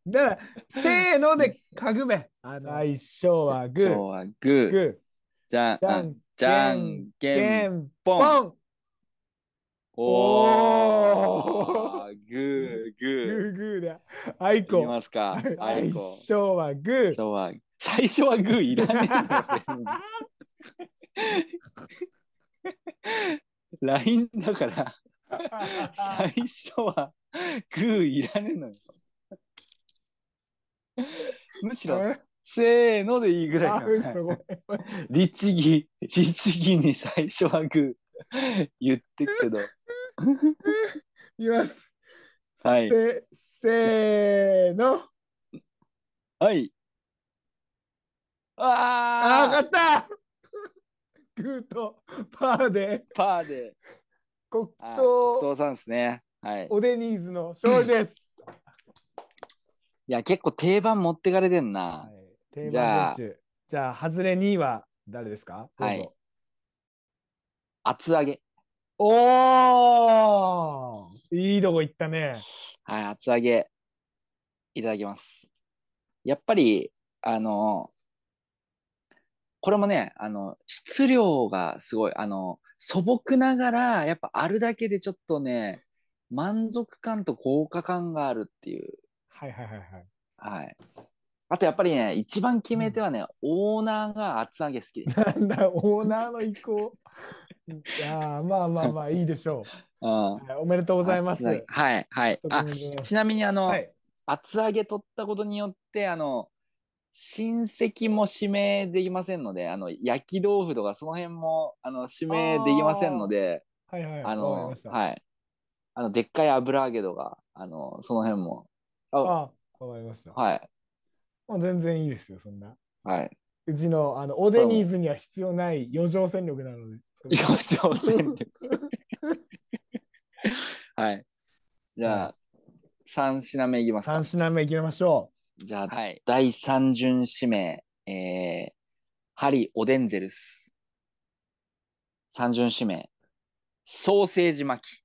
Speaker 1: だから、せーのでかぐめ。あの最初はグ
Speaker 2: 最初
Speaker 1: ー。
Speaker 2: はグー。
Speaker 1: グ
Speaker 2: じゃ
Speaker 1: ー。
Speaker 2: ん
Speaker 1: じゃ
Speaker 2: あ
Speaker 1: ん
Speaker 2: じゃん
Speaker 1: け
Speaker 2: けん
Speaker 1: ん
Speaker 2: ぽ
Speaker 1: ぽ
Speaker 2: ん。
Speaker 1: ん。
Speaker 2: おー。グ
Speaker 1: グ
Speaker 2: ー、グ
Speaker 1: ーグーだ。あい
Speaker 2: ー。いき
Speaker 1: こ。
Speaker 2: ます か。あ
Speaker 1: 最
Speaker 2: いこ。
Speaker 1: 初はグ
Speaker 2: 最初は、最初はグーいらねえんだよ。LINE だから、
Speaker 1: ー。
Speaker 2: 最初はグーいらねえのよ。むしろ、せーのでいいぐらい
Speaker 1: あ
Speaker 2: な、
Speaker 1: すごい。
Speaker 2: 律儀、律儀に最初はグー言ってくけど。
Speaker 1: いきます。
Speaker 2: はい。
Speaker 1: せせーの。
Speaker 2: はい。
Speaker 1: あー、
Speaker 2: ああ
Speaker 1: 勝ったグーとパーで
Speaker 2: パーで。
Speaker 1: 黒
Speaker 2: あー、
Speaker 1: 糖
Speaker 2: そうさんですね。はい。
Speaker 1: オデニーズの勝利です。
Speaker 2: いや、結構定番持ってかれてんな。
Speaker 1: テー
Speaker 2: じゃ
Speaker 1: マ
Speaker 2: あ
Speaker 1: 選手。じゃあ、外れ2位は誰ですかどうぞ
Speaker 2: はい厚揚げ。
Speaker 1: おーいいとこ行ったね。
Speaker 2: はい、厚揚げ。いただきます。やっぱり、あの、これもね、あの、質量がすごい、あの、素朴ながら、やっぱあるだけでちょっとね、満足感と豪華感があるっていう。
Speaker 1: はいはいはいはい。
Speaker 2: はい。あとやっぱりね、一番決め手はね、オーナーが厚揚げ好きです。
Speaker 1: なんだ、オーナーの意向。いやーまあまあまあ、いいでしょ
Speaker 2: うん。
Speaker 1: う。はいおめでとうございます。
Speaker 2: 厚揚げ
Speaker 1: は
Speaker 2: はい、はい。あ、ちなみにあの、
Speaker 1: い。
Speaker 2: 厚揚げ取ったことによって、あの、親戚も指名できませんので、あの、焼き豆腐とかその辺も、あの、指名できませんので、
Speaker 1: はいはい。わ
Speaker 2: あ
Speaker 1: かり
Speaker 2: の
Speaker 1: まし、た
Speaker 2: はい。あの、でっかい油揚げとか、あの、その辺も。あ
Speaker 1: あーわかりました。
Speaker 2: はい、
Speaker 1: もう全然いいですよ、そんな。
Speaker 2: はい。
Speaker 1: うちのあのオデニーズには必要ない余剰戦力なので。
Speaker 2: 以上戦力。はい。じゃあ、三品目いきますか。
Speaker 1: 3品目いきましょ
Speaker 2: じゃあ、
Speaker 3: はい。
Speaker 2: 第3巡指名、えー、ハリ・オデンゼルス。3巡指名、ソーセージ巻き。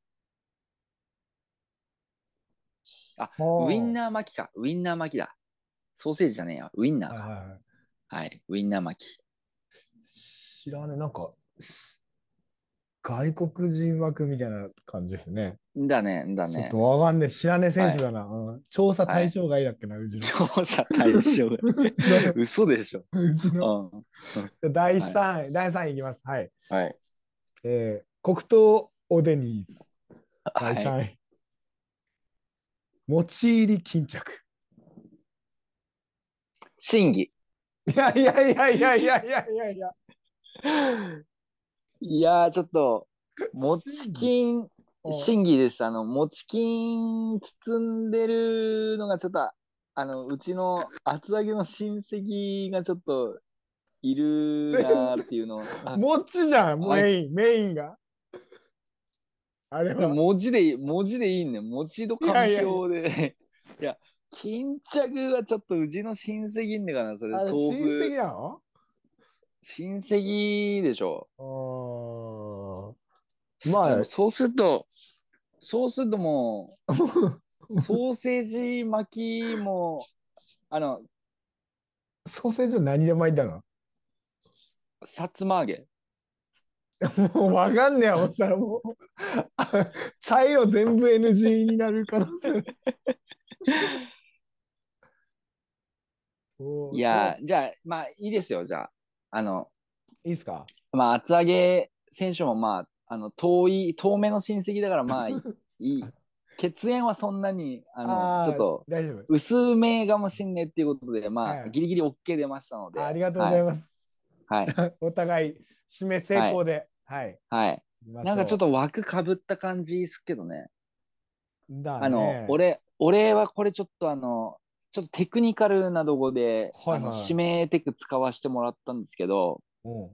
Speaker 2: ウィン
Speaker 1: ー。
Speaker 2: ナー巻きか。ウィンナー巻きだ。ソーセージじゃねえや。ウィンナー
Speaker 1: はい
Speaker 2: か。
Speaker 1: はいはい
Speaker 2: はい。ウィンナー巻き。
Speaker 1: 知らねえ、なんか、外国人枠みたいな感じですね。
Speaker 2: だね、だね
Speaker 1: ちょっ。とわかんねえ、知らねえ選手だな。うん調査対象外だっけな、うちの。
Speaker 2: 調査対象外。嘘でしょ。
Speaker 1: うちの。
Speaker 2: うん。
Speaker 1: 第3位、第3位いきます。はい。
Speaker 2: はい。
Speaker 1: えー、黒糖おでにーす。第3位。
Speaker 2: はい。
Speaker 1: 持ち入り巾着。
Speaker 2: 審議。
Speaker 1: いやいやいやいやいやいやい やいや。
Speaker 2: いやー、ちょっと、持ち金、審議です。あの、持ち金包んでるのがちょっと、あの、うちの厚揚げの親戚がちょっと、いるなーっていうの を。あ
Speaker 1: 持ちじゃん、メイン、メインが。あれ
Speaker 2: で
Speaker 1: は
Speaker 2: も。文字でいい、文字でいいね。文字の環境で。いや巾着はちょっとうちの親戚んでかな、それ。
Speaker 1: あれ親
Speaker 2: 豆
Speaker 1: 戚
Speaker 2: 腐。
Speaker 1: なの
Speaker 2: 親戚でしょ。
Speaker 1: あーま
Speaker 2: で
Speaker 1: あ
Speaker 2: も、そうすると、そうすると もう、ソーセージ巻きも、あの、
Speaker 1: ソーセージは何でもいいんだな。
Speaker 2: さつま揚げ。
Speaker 1: もうわかんねえよ、おっしたらもう。あ茶色全部 NG になる可能性。 おー
Speaker 2: いやー、じゃあ、まあいいですよ、じゃあ。あの、
Speaker 1: いいっすか
Speaker 2: まあ厚揚げ選手もまあ、あの、遠い、遠めの親戚だから、ま あいいいい。血縁はそんなに、あの、
Speaker 1: あー
Speaker 2: ちょっと、
Speaker 1: 大丈夫
Speaker 2: 薄めかもしんねえっていうことで、まあ、
Speaker 1: はい
Speaker 2: ギリギリ OK 出ましたので。
Speaker 1: あ。ありがとうございます。
Speaker 2: はい。はい。
Speaker 1: お互い、締め成功で。はい。
Speaker 2: はいなんかちょっ
Speaker 1: と、
Speaker 2: と枠かぶった感じですけどね。
Speaker 1: だね
Speaker 2: あの、、俺、俺はこれちょっとあの、ちょっとテクニカルなどこで、
Speaker 1: はいはい
Speaker 2: あの指名テク使わせてもらったんですけど、
Speaker 1: うん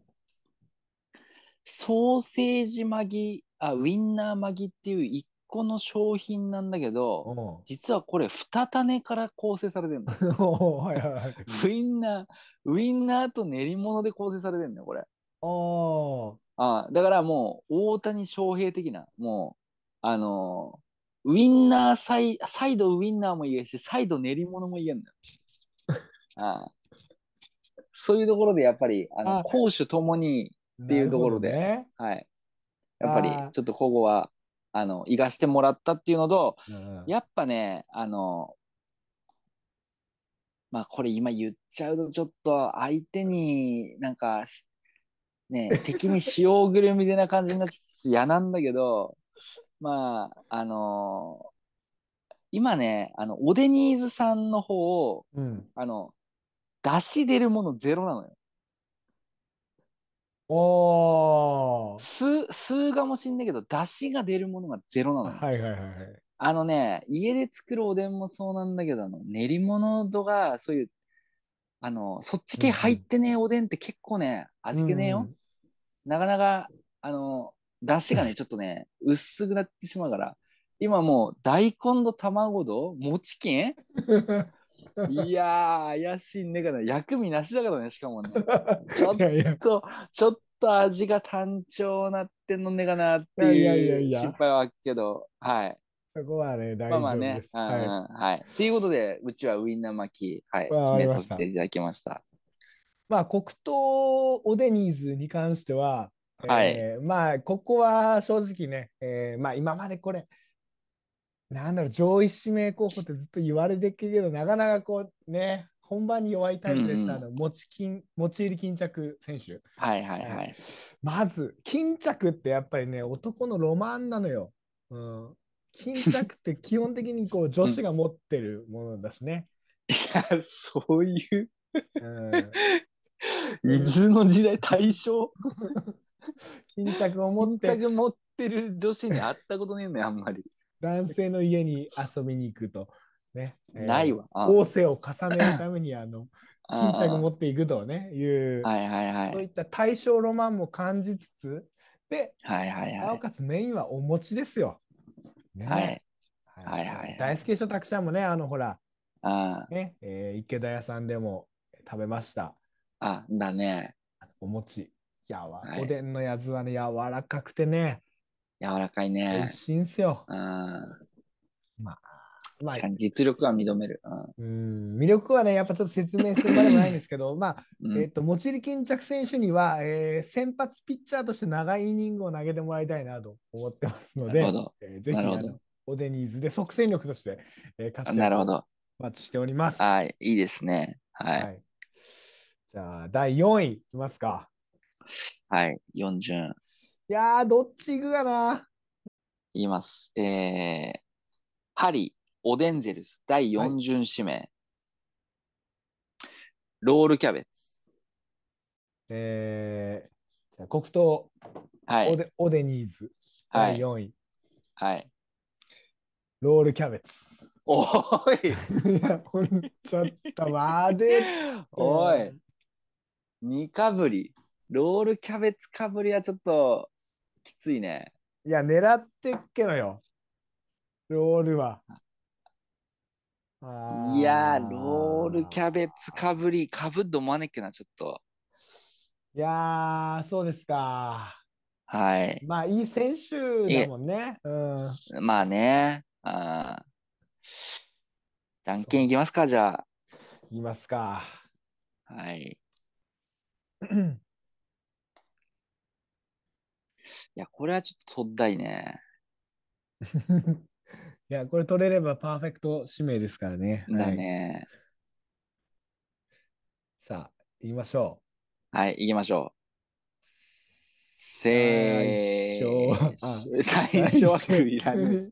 Speaker 2: ソーセージマギ、あ、ウィンナーマギっていう一個の商品なんだけど、
Speaker 1: うん
Speaker 2: 実はこれ二種から構成されてる の。
Speaker 1: おーはいはい はい。
Speaker 2: ウインナー、ウインナーと練り物で構成されてるんだよ、これ。
Speaker 1: おー
Speaker 2: あだからもう、大谷翔平的な、もう、あのーウインナーサイ、サイドウインナーも言えるし、サイド練り物も言え るんだよ。ああそういうところでやっぱり、あの
Speaker 1: あ
Speaker 2: 攻守ともに、っていうところで
Speaker 1: なるほどね
Speaker 2: はい。やっぱり
Speaker 1: あー、
Speaker 2: ちょっとここは、あの、いがしてもらったっていうのと、
Speaker 1: うん
Speaker 2: やっぱね、あの、まあこれ今言っちゃうとちょっと相手になんかし、ね、敵に塩ぐるみでな感じになっちゃって嫌なんだけど、まあ、あの今ね、あの、オデニーズさんの方を、
Speaker 1: うん。
Speaker 2: あの、出し出るものゼロなのよ。
Speaker 1: おー
Speaker 2: 数、数がもしんないけど、出汁が出るものがゼロなのよ。
Speaker 1: はいはいはいはい。
Speaker 2: あのね、家で作るおでんもそうなんだけど、あの練り物とか、そういう、あの、そっち系入ってねえおでんって結構ね、味気ねえよ。なかなか、あの、出汁がね、ちょっ とね、薄くなってしまうから、今もう、大根と卵と餅巾
Speaker 1: うん うん。
Speaker 2: いやー、怪しいねえから、薬味なしだからね、しかもね。ちょっ
Speaker 1: いやいや、
Speaker 2: と、ちょっと味が単調なってんのねえかなって
Speaker 1: いやいやいや
Speaker 2: い
Speaker 1: いうや
Speaker 2: 心配はあるけど、はい。
Speaker 1: そこはね、大
Speaker 2: ま
Speaker 1: 丈
Speaker 2: あまあ
Speaker 1: 夫
Speaker 2: ね
Speaker 1: で。す。
Speaker 2: うんうん
Speaker 1: は
Speaker 2: はい。ということで、うちはウインナー巻き、はい、
Speaker 1: わかり
Speaker 2: 指名
Speaker 1: ま
Speaker 2: さ
Speaker 1: した
Speaker 2: せていただきました。
Speaker 1: い。まあ、黒糖オデニーズに関しては、
Speaker 2: はい
Speaker 1: えーまあ、ここは正直ね、えーまあ、今までこれ、なんだろう、上位指名候補ってずっと言われてっけど、なかなかこう、ね、本番に弱いタイプでした。
Speaker 2: うん
Speaker 1: あの持ち金持ち入り巾着選手。
Speaker 2: はいはいはい。
Speaker 1: まず、巾着ってやっぱりね、男のロマンなのよ。うん、巾着って基本的にこ う女子が持ってるものだしね。
Speaker 2: いや、そういう、
Speaker 1: うん、
Speaker 2: 伊豆の時代、大正、
Speaker 1: 巾着を持っ
Speaker 2: 巾
Speaker 1: て
Speaker 2: 着持ってる女子に会ったことねえのよ、あんまり。
Speaker 1: 男性の家に遊びに行くと。ね、 えー
Speaker 2: ない。わ。うん
Speaker 1: 王政を重ねるためにあの巾着持っていくとね、いう、
Speaker 2: はいはいは
Speaker 1: そうい
Speaker 2: い。
Speaker 1: った対象ロマンも感じつつ、で、
Speaker 2: はいはい
Speaker 1: な
Speaker 2: は
Speaker 1: お
Speaker 2: い。
Speaker 1: かつメインはお餅ですよ。ね
Speaker 2: はい。
Speaker 1: はい
Speaker 2: はいはい
Speaker 1: 大好きでしょ、たくちゃんもね、あのほら、
Speaker 2: あ
Speaker 1: ね、えー池田屋さんでも食べました。
Speaker 2: あ、あ、だね。
Speaker 1: お餅。やわ、
Speaker 2: はい
Speaker 1: おでんのやつはね、柔らかくてね、
Speaker 2: 柔らかい
Speaker 1: 美
Speaker 2: ね
Speaker 1: 味。しいんすよ。
Speaker 2: うん。
Speaker 1: まあ、
Speaker 2: 実力は認める。
Speaker 1: うん、魅力はね、やっぱちょっと説明するまでもないんですけど、まあ、
Speaker 2: うん。うん
Speaker 1: えっと、持ちり巾着選手には、えー先発ピッチャーとして長いイニングを投げてもらいたいなと思ってますの
Speaker 2: な
Speaker 1: で、
Speaker 2: るほど。
Speaker 1: えーぜひあ
Speaker 2: なるほど
Speaker 1: のオデニーズで即戦力として、えー活
Speaker 2: あ
Speaker 1: 躍
Speaker 2: なるほ
Speaker 1: を
Speaker 2: ど。
Speaker 1: お待ちしております。
Speaker 2: はい。いいですね。
Speaker 1: は。
Speaker 2: はいい。
Speaker 1: じゃあ、第4位いきますか。
Speaker 2: はい。4巡。
Speaker 1: いやー、どっちいくかな
Speaker 2: 言います。えー、ハリー、オデンゼルス、第4巡指名、ロールキャベツ。
Speaker 1: えー、じゃあ、黒糖、
Speaker 2: は
Speaker 1: オ
Speaker 2: い。
Speaker 1: デオデニーズ、
Speaker 2: は
Speaker 1: 第
Speaker 2: い
Speaker 1: 4位、
Speaker 2: はい。
Speaker 1: ロールキャベツ。
Speaker 2: おーい
Speaker 1: いや、ほんちょっと待て。
Speaker 2: おい二かぶり。ロールキャベツかぶりはちょっときついね。
Speaker 1: いや、狙ってっけのよ。ロールは。あ
Speaker 2: いやー、ロールキ
Speaker 1: ャ
Speaker 2: ャベツかぶり、かぶっと思わねっけどな、ちょっと。
Speaker 1: いやー、そうですか。
Speaker 2: はい。
Speaker 1: まあ、いい選手だもんね。うん。
Speaker 2: まあね。あーじゃんけんいきますか、じゃ
Speaker 1: 言いますか。
Speaker 2: あ。はい。いや、これはちょっと取ったいね。
Speaker 1: いや、これ取れればパーフェクト指名ですからね。
Speaker 2: だ
Speaker 1: はい、
Speaker 2: ね。
Speaker 1: さあ、言いましょ
Speaker 2: はい、行きましょう。
Speaker 1: う。
Speaker 2: せー
Speaker 1: 最初は
Speaker 2: 最初は首だね。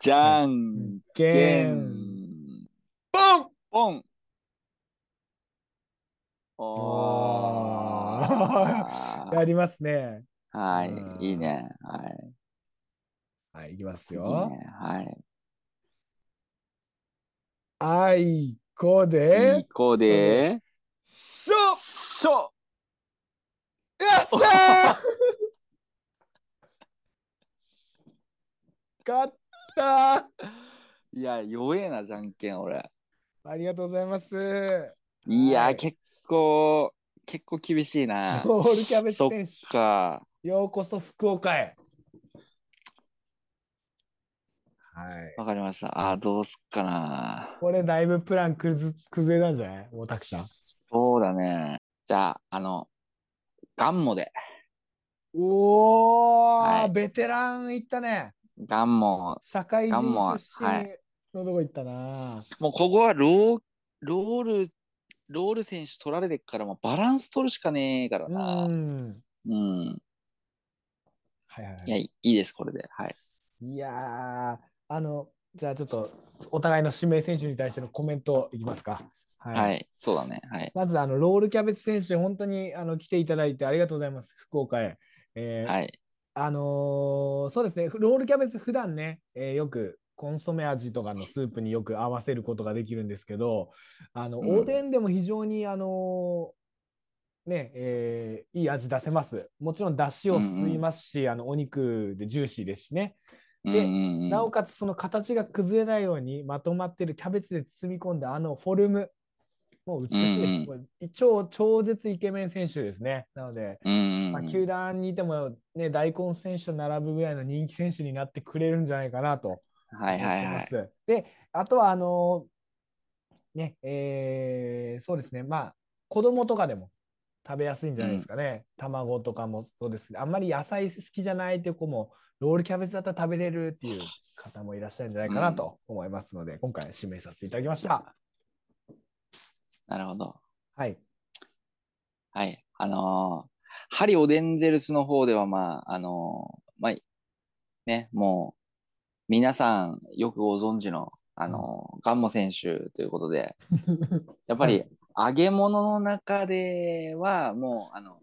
Speaker 2: じゃんけ
Speaker 1: ゲーム。
Speaker 2: ん。
Speaker 1: ポン
Speaker 2: ポンお
Speaker 1: あーやりますね。
Speaker 2: ーはい、いいね。はい。
Speaker 1: はい、いきます
Speaker 2: いいね。
Speaker 1: よ。
Speaker 2: はい。
Speaker 1: あいこ
Speaker 2: い
Speaker 1: で
Speaker 2: い、子で、
Speaker 1: しょよ
Speaker 2: しょ
Speaker 1: っしゃー勝った
Speaker 2: いや、弱えな、じゃんけん、俺。
Speaker 1: ーありがとうございます。
Speaker 2: い
Speaker 1: は
Speaker 2: や、
Speaker 1: い
Speaker 2: 結構、結構厳しいな。
Speaker 1: ロールキャベツ
Speaker 2: そっ
Speaker 1: 選
Speaker 2: か。
Speaker 1: 手、ようこそ福岡へ。はい。
Speaker 2: わかりました。あー、どうすっかな。
Speaker 1: これだいぶプランくず崩れたんじゃないもうたくさん。
Speaker 2: そうだね。じゃあ、あの、ガンモで。
Speaker 1: おー、
Speaker 2: はい
Speaker 1: ベテラン行ったね。
Speaker 2: ガンモ。
Speaker 1: 社会人
Speaker 2: ガンモは
Speaker 1: 出身のとこ行ったな。
Speaker 2: もうここはロー、ロール、ロール選手取られてっから、もうバランス取るしかねえから
Speaker 1: う
Speaker 2: な。
Speaker 1: ん。
Speaker 2: うん。
Speaker 1: はいはいはい
Speaker 2: いや、いいです、これで。はい。
Speaker 1: いやー、あの、じゃあちょっと、お互いの指名選手に対してのコメントいきますか。はい。
Speaker 2: はい。そうだね。はい。
Speaker 1: まず、あの、ロールキャベツ選手、本当にあの来ていただいてありがとうございます、福岡へ。えー
Speaker 2: はい。
Speaker 1: あのーそうですね、ロールキャベツ、普段ね、えーよくコンソメ味とかのスープによく合わせることができるんですけど、あの、
Speaker 2: うん
Speaker 1: おでんでも非常に、あのーね、えーいい味出せます。もちろん、出汁を吸いますし、あの、お肉でジューシーですしね。で
Speaker 2: うんうんうん
Speaker 1: なおかつその形が崩れないようにまとまってるキャベツで包み込んだあのフォルム、もう美しいです。
Speaker 2: うんうん
Speaker 1: これ超超絶イケメン選手ですね。なので、
Speaker 2: うんうんうん
Speaker 1: まあ、球団にいても、ね、大根選手と並ぶぐらいの人気選手になってくれるんじゃないかなと
Speaker 2: は
Speaker 1: 思っ
Speaker 2: い
Speaker 1: て
Speaker 2: はいは
Speaker 1: ま
Speaker 2: い。
Speaker 1: す。で、あとはあのーね、えーそうですね、まあ、子供とかでも食べやすいんじゃないですかね。卵とかもそうですけどあんまり野菜好きじゃないという子も、ロールキャベツだったら食べれるっていう方もいらっしゃるんじゃないかなと思いますので、今回指名させていただきました。
Speaker 2: なるほど。
Speaker 1: はい。
Speaker 2: はい。あのーハリオデンゼルスの方では、まあ、あのーまあ、ね、もう、皆さんよくご存知の、あのーガンモ選手ということで、やっぱり揚げ物の中では、もう、あの、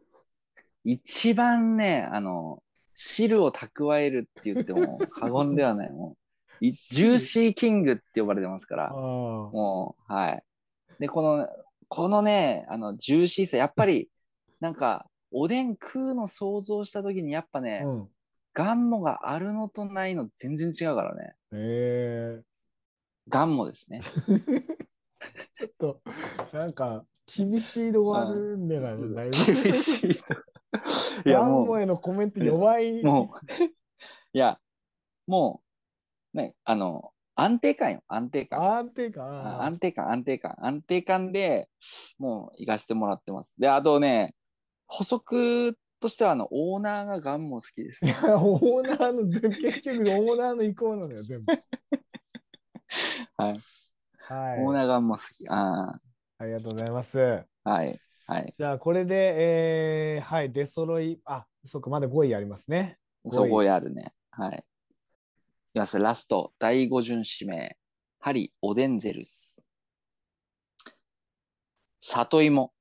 Speaker 2: 一番ね、あの、汁を蓄えるって言っても過言ではない。もう、いジューシーキングって呼ばれてますから
Speaker 1: あ。ー
Speaker 2: もう、はい。で、この、このね、あの、ジューシーさ、やっぱり、 なんか、おでん食うの想像した時に、やっぱね、
Speaker 1: うん。
Speaker 2: ガンモがあるのとないの全然違うからね。
Speaker 1: えー
Speaker 2: ガンモですね。
Speaker 1: ちょっと、なんか、厳しい度があるんでなの、だいぶ。
Speaker 2: 厳しい。いや、
Speaker 1: ガン
Speaker 2: も
Speaker 1: モ
Speaker 2: う、
Speaker 1: へのコメント弱い。
Speaker 2: もう、いや、もう、ね、あの、安定感よ、安定感。
Speaker 1: 安定
Speaker 2: あ
Speaker 1: 感。
Speaker 2: 安定感、安定感、安定感でもう行かしてもらってます。で、あとね、補足としては、あの、オーナーがガンも好きです。
Speaker 1: オーナーの、結局オーナーの意向なのよ、全部。
Speaker 2: はい。オー
Speaker 1: はい。
Speaker 2: ナーガンも好き。あ
Speaker 1: ありがとうございます。
Speaker 2: あ、はい。はい。
Speaker 1: じゃあ、これで、えー、はい、出揃い、あ、そっか、まだ5位ありますね。すご
Speaker 2: そ
Speaker 1: い
Speaker 2: こやるね。はい。いきます。ラスト、第五巡指名。ハリ、オデンゼルス。里芋。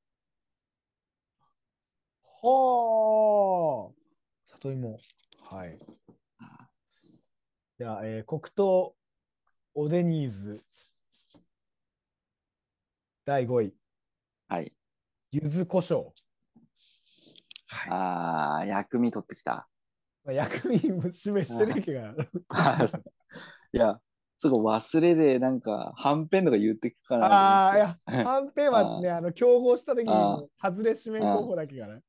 Speaker 1: ほー里芋。はい。
Speaker 2: あ
Speaker 1: じゃあ、えー、黒糖オデニーズ。第5位、
Speaker 2: はい。
Speaker 1: 柚子胡椒。はい。
Speaker 2: ああ、薬味取ってきた。
Speaker 1: まあ、薬味も示してねえけど。
Speaker 2: いや、すごい忘れで、なんか、はんぺんとか言ってくかなと思って。
Speaker 1: ああ、いや、はんぺんはね、あの、競合した時にも、外れ指名候補だけがね。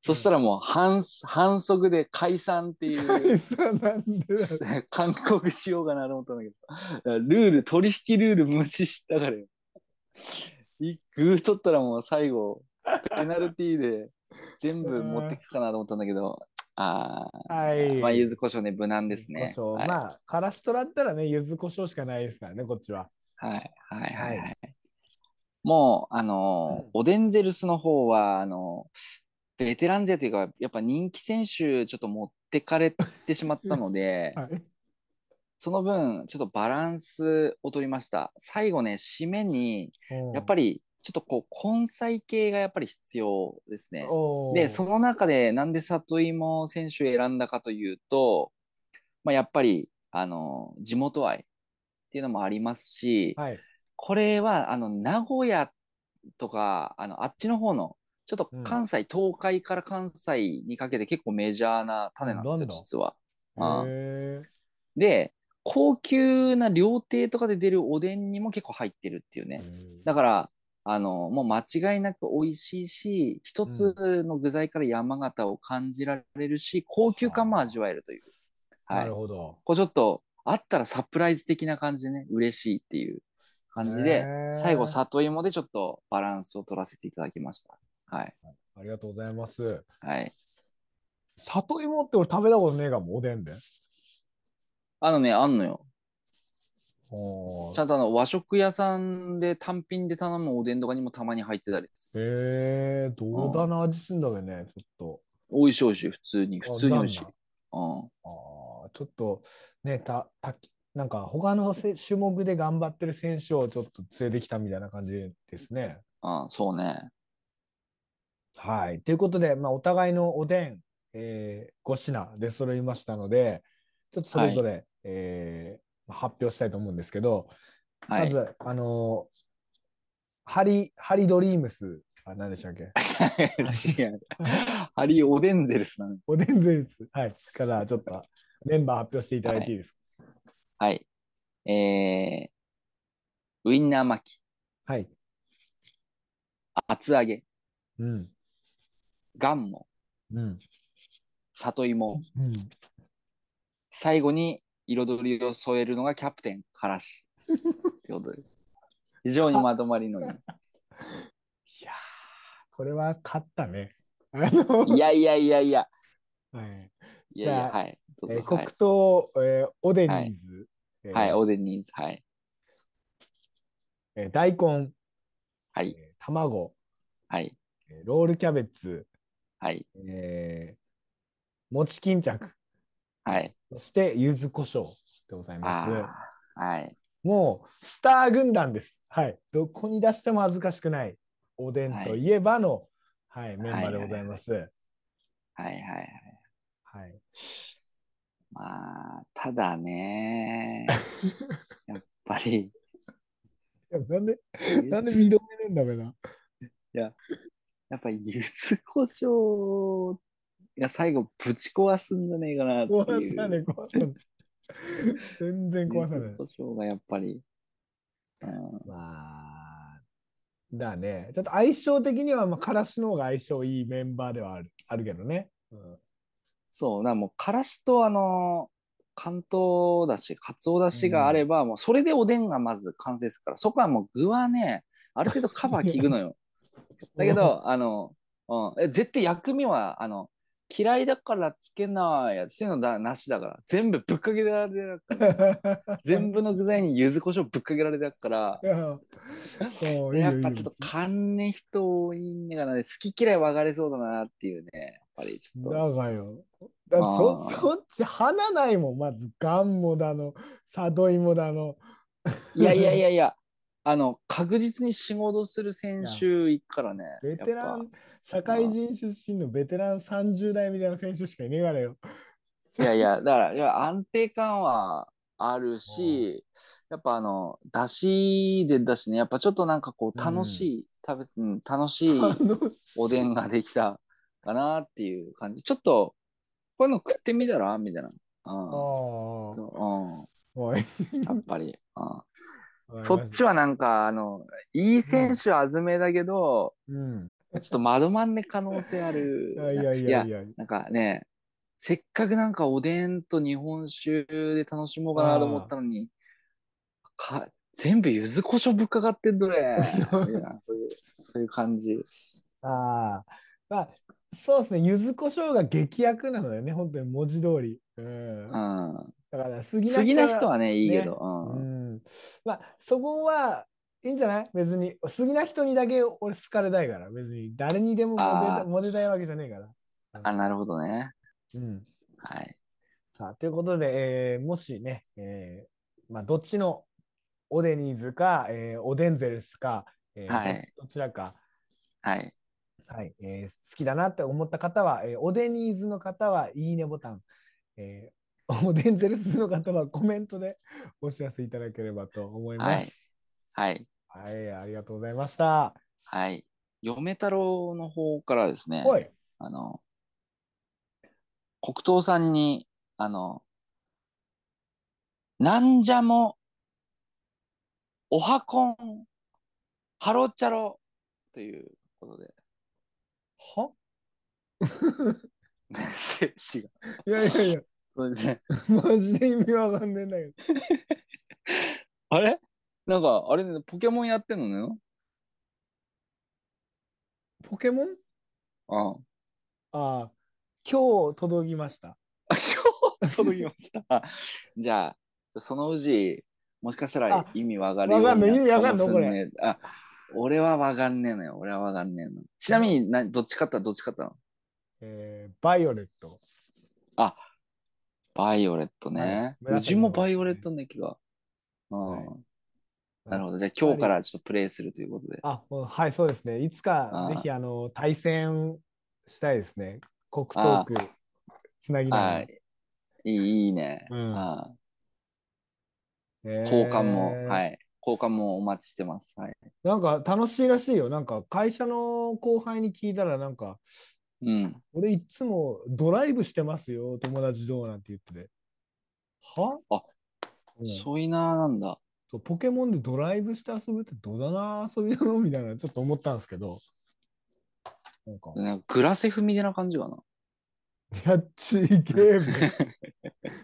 Speaker 2: そしたらもう反反則で解散ってい う
Speaker 1: そうなんでだ。
Speaker 2: 勧告しようかなと思ったんだけどルール取引ルール無視したからよいグー取ったらもう最後ペナルティーで全部持ってくかなと思ったんだけどあ
Speaker 1: はい。
Speaker 2: ーまあ柚子胡椒ね無難ですね
Speaker 1: 柚子胡椒
Speaker 2: はい、
Speaker 1: まあ、からしとらったらね、柚子胡椒しかないですからね、こっちは。
Speaker 2: はいはいはい
Speaker 1: は
Speaker 2: はいもうあのー
Speaker 1: うん
Speaker 2: オデンゼルスの方はあのーベテラン勢というかやっぱ人気選手ちょっと持ってかれてしまったので
Speaker 1: はい。
Speaker 2: その分、ちょっとバランスを取りました。最後ね、締めに、やっぱ
Speaker 1: り
Speaker 2: り、ちょっとこう、根菜系がやっぱり必要ですね。で、そ
Speaker 1: の、
Speaker 2: の中で、なんで里芋選手を選んだかというと、まあ、やっぱり、あの、地元愛っていうのもありますし、
Speaker 1: はい。
Speaker 2: これは、あの、名古屋とか、あの、あっちの方の、ちょっと関西、東海から関西にかけて結構メジャーな種なんで
Speaker 1: な
Speaker 2: すよ、
Speaker 1: んだ
Speaker 2: 実は。あー
Speaker 1: へー
Speaker 2: で、高級な料亭とかで出るおでんにも結構入ってるっていうね。だから、あの、もう間違いなく美味しいし、一つの具材から山形を感じられるし、高級感も味わえるという。は。
Speaker 1: ないる
Speaker 2: こ
Speaker 1: ほど。
Speaker 2: うちょっと、あったらサプライズ的な感じでね、嬉しいっていう感じで、
Speaker 1: へー
Speaker 2: 最後、里芋でちょっとバランスを取らせていただきました。はい。
Speaker 1: ありがとうございます。
Speaker 2: はい。
Speaker 1: 里芋って俺食べたことねえかも、おでんで。
Speaker 2: あのね、あんのよ。
Speaker 1: お
Speaker 2: ちゃんとあの和食屋さんで単品で頼むおでんとかにもたまに入ってたりする
Speaker 1: えー、どうだな味すんだべね、ちょっ
Speaker 2: 美味しい美味しい、普通に、
Speaker 1: と。
Speaker 2: 普通に美味しい。
Speaker 1: あ
Speaker 2: うん
Speaker 1: なんだ。あーちょっと、ね、た、たき、なんか他のせ種目で頑張ってる選手をちょっと連れてきたみたいな感じですね。
Speaker 2: うん、そうね。
Speaker 1: はい。ということで、まあ、お互いのおでん、えー、5品出揃いましたので、ちょっとそれぞれ、えー発表したいと思うんですけど、
Speaker 2: は
Speaker 1: ま
Speaker 2: い。
Speaker 1: ず、あのーハリ、ハリドリームス、あ、何でしたっけ
Speaker 2: 違うハリー・オデンゼルスなの。
Speaker 1: おでんゼウス、はい、からちょっとメンバー発表していただいていいですか
Speaker 2: はい。えー、ウインナー巻き、
Speaker 1: はい。
Speaker 2: 厚揚げ、
Speaker 1: うん。
Speaker 2: ガンモ、
Speaker 1: うん。
Speaker 2: 里芋、
Speaker 1: うん。
Speaker 2: 最後に彩りを添えるのがキャプテン、か らし。ということで。非常にまとまりの い
Speaker 1: いやーこれは勝ったね。あの、
Speaker 2: い。いやいやいやいや。
Speaker 1: はい
Speaker 2: いやいや、
Speaker 1: じゃあ
Speaker 2: はい。どう
Speaker 1: え
Speaker 2: ぞ
Speaker 1: ー黒
Speaker 2: はい
Speaker 1: 糖、えーおでニーズ、えー
Speaker 2: はい、オデンニーズ。はい。
Speaker 1: えー大根、
Speaker 2: はい
Speaker 1: えー卵、
Speaker 2: はい。
Speaker 1: えーロールキャベツ、
Speaker 2: はい。
Speaker 1: えー、餅巾着、
Speaker 2: はい。
Speaker 1: そして柚子胡椒でございます。
Speaker 2: あーはい。
Speaker 1: もうスター軍団です。はい。どこに出しても恥ずかしくない。おでんといえばの、はい、メンバーでございます。はい、
Speaker 2: はいはいはい。まあ、た だね、やっぱり、
Speaker 1: いやなんで、なんで
Speaker 2: ゆ
Speaker 1: 認め
Speaker 2: ず
Speaker 1: ねえんだべな。
Speaker 2: やっぱり柚子胡椒いや最後ぶち壊すんじゃねえかなっていう。
Speaker 1: 壊さねえ、壊さねえ。全然壊さね
Speaker 2: 柚子胡椒がやっぱりうん
Speaker 1: まあ、だね。ちょっと相性的には、まあ、カラシの方が相性いいメンバーではあるあるけどね。うん、
Speaker 2: そう、なもう、からしと、あの、関東だし、かつおだしがあれば、もう、それでおでんがまず完成するから、そこはもう、具はね、ある程度カバー効くの よ。だけど、あの、うん、え絶対薬味は、あの、嫌いだからつけないやつ、そういうのだなしだから、全部ぶっかけられてるから、全部の具材に柚子胡椒ぶっかけられてるから、
Speaker 1: そう いいよ
Speaker 2: やっ
Speaker 1: いい
Speaker 2: ぱ
Speaker 1: よ
Speaker 2: ちょっと勘ね人多いんだからね、好き嫌い分かれそうだなっていうね、やっぱりちょっと。
Speaker 1: だがよ。だそ
Speaker 2: あー
Speaker 1: そっち花ないもん。まずガンもだの、サドイモだの。
Speaker 2: いやいやいやいや、あの、確実に仕事する選手いっからね。
Speaker 1: ベテラ
Speaker 2: やっ
Speaker 1: ン、社会人出身のベテラン30代みたいな選手しかいねえからよ。
Speaker 2: ぱいやいや、だからいや安定感はあるし、やっぱあの、だしでだしね、やっぱちょっとなんかこう、楽しい、食べ、うん、楽しいおでんができたかなっていう感じ。ちょっと、こういうの食ってみたらみたいな。
Speaker 1: あ
Speaker 2: う
Speaker 1: あ。
Speaker 2: んう
Speaker 1: おい。
Speaker 2: ん、やっぱり。うん、そっちはなんか、あの、いい選手はずめだけど、
Speaker 1: うん。
Speaker 2: ちょっとまどまんね可能性ある。
Speaker 1: いやいやいやいや。
Speaker 2: なんかね、せっかくなんかおでんと日本酒で楽しもうかなと思ったのに、か全部柚子胡椒ぶっかかって んどれ。みたいなそういうそういう感じ。
Speaker 1: ああ。まあ、そうですね。柚子胡椒が激薬なのよね。本当に文字通り。うん。
Speaker 2: う
Speaker 1: だ
Speaker 2: ん。
Speaker 1: から、杉
Speaker 2: 好きな人
Speaker 1: は
Speaker 2: はね、いいけど。
Speaker 1: ね
Speaker 2: う。
Speaker 1: うんん。まあ、そこはいいんじゃない別に。好きな人にだけ俺好かれたいから。別に。誰にでもモテ
Speaker 2: あ
Speaker 1: た
Speaker 2: ー
Speaker 1: モテたいわけじゃねえから。
Speaker 2: あ、なるほどね。
Speaker 1: うん。
Speaker 2: はい。
Speaker 1: さあ、ということで、えーもしね、えーまあ、どっちのオデニーズか、えーオデンゼルスか、えー
Speaker 2: はい
Speaker 1: どどちらか、
Speaker 2: はい。
Speaker 1: はいえー好きだなって思った方は、えーオデニーズの方はいいねボタン、えーオデンゼルスの方はコメントで お知らせいただければと思います。
Speaker 2: はい。
Speaker 1: はい、ありがとうございました。
Speaker 2: はい。嫁太郎の方からですね。
Speaker 1: おい、
Speaker 2: あの、黒糖さんに、あの、なんじゃも、おはこん、ハロチャロということで、
Speaker 1: は
Speaker 2: メッセージが。
Speaker 1: いやいやいや、
Speaker 2: そうですね
Speaker 1: マジで意味わかんねえんだけど。
Speaker 2: あれなんか、あれね、ポケモンやってんのね。
Speaker 1: ポケモン
Speaker 2: ああ。
Speaker 1: ああ、今日届きました。
Speaker 2: あ今日届きました。 じゃあ、そのうち、もしかしたら
Speaker 1: あ
Speaker 2: 意味わかるように
Speaker 1: わかんの
Speaker 2: な
Speaker 1: 意味わかんの
Speaker 2: かもしれないあ、俺はわかんねえのよ。俺はわかんねえの。ちなみに、などっち勝ったどっち勝ったの
Speaker 1: えーバイオレット。
Speaker 2: バイオレット
Speaker 1: は
Speaker 2: ね
Speaker 1: い。紫
Speaker 2: うちもバイオレットの気が。うん
Speaker 1: はい
Speaker 2: なるほど。じゃあ今日からちょっとプレイするということで。
Speaker 1: あ、もうはい、そうですね。いつか
Speaker 2: あー
Speaker 1: ぜひあの対戦したいですね。コクトークつなぎながら。
Speaker 2: はい。いいいいね、
Speaker 1: うん
Speaker 2: あ
Speaker 1: え
Speaker 2: あ
Speaker 1: ー
Speaker 2: 交換も、はい。交換もお待ちしてます。はい。
Speaker 1: なんか楽しいらしいよ。なんか会社の後輩に聞いたら、なんか、
Speaker 2: うん。
Speaker 1: 俺いつもドライブしてますよ、友達どうなんて言ってて。は
Speaker 2: あ
Speaker 1: うんそ
Speaker 2: そういななんだ。
Speaker 1: うポケモンでドライブして遊ぶってどだな遊びなのみたいな、ちょっと思ったんですけど。なんか、
Speaker 2: なんかグラセフみたいな感じかな。
Speaker 1: いやちげ えべ。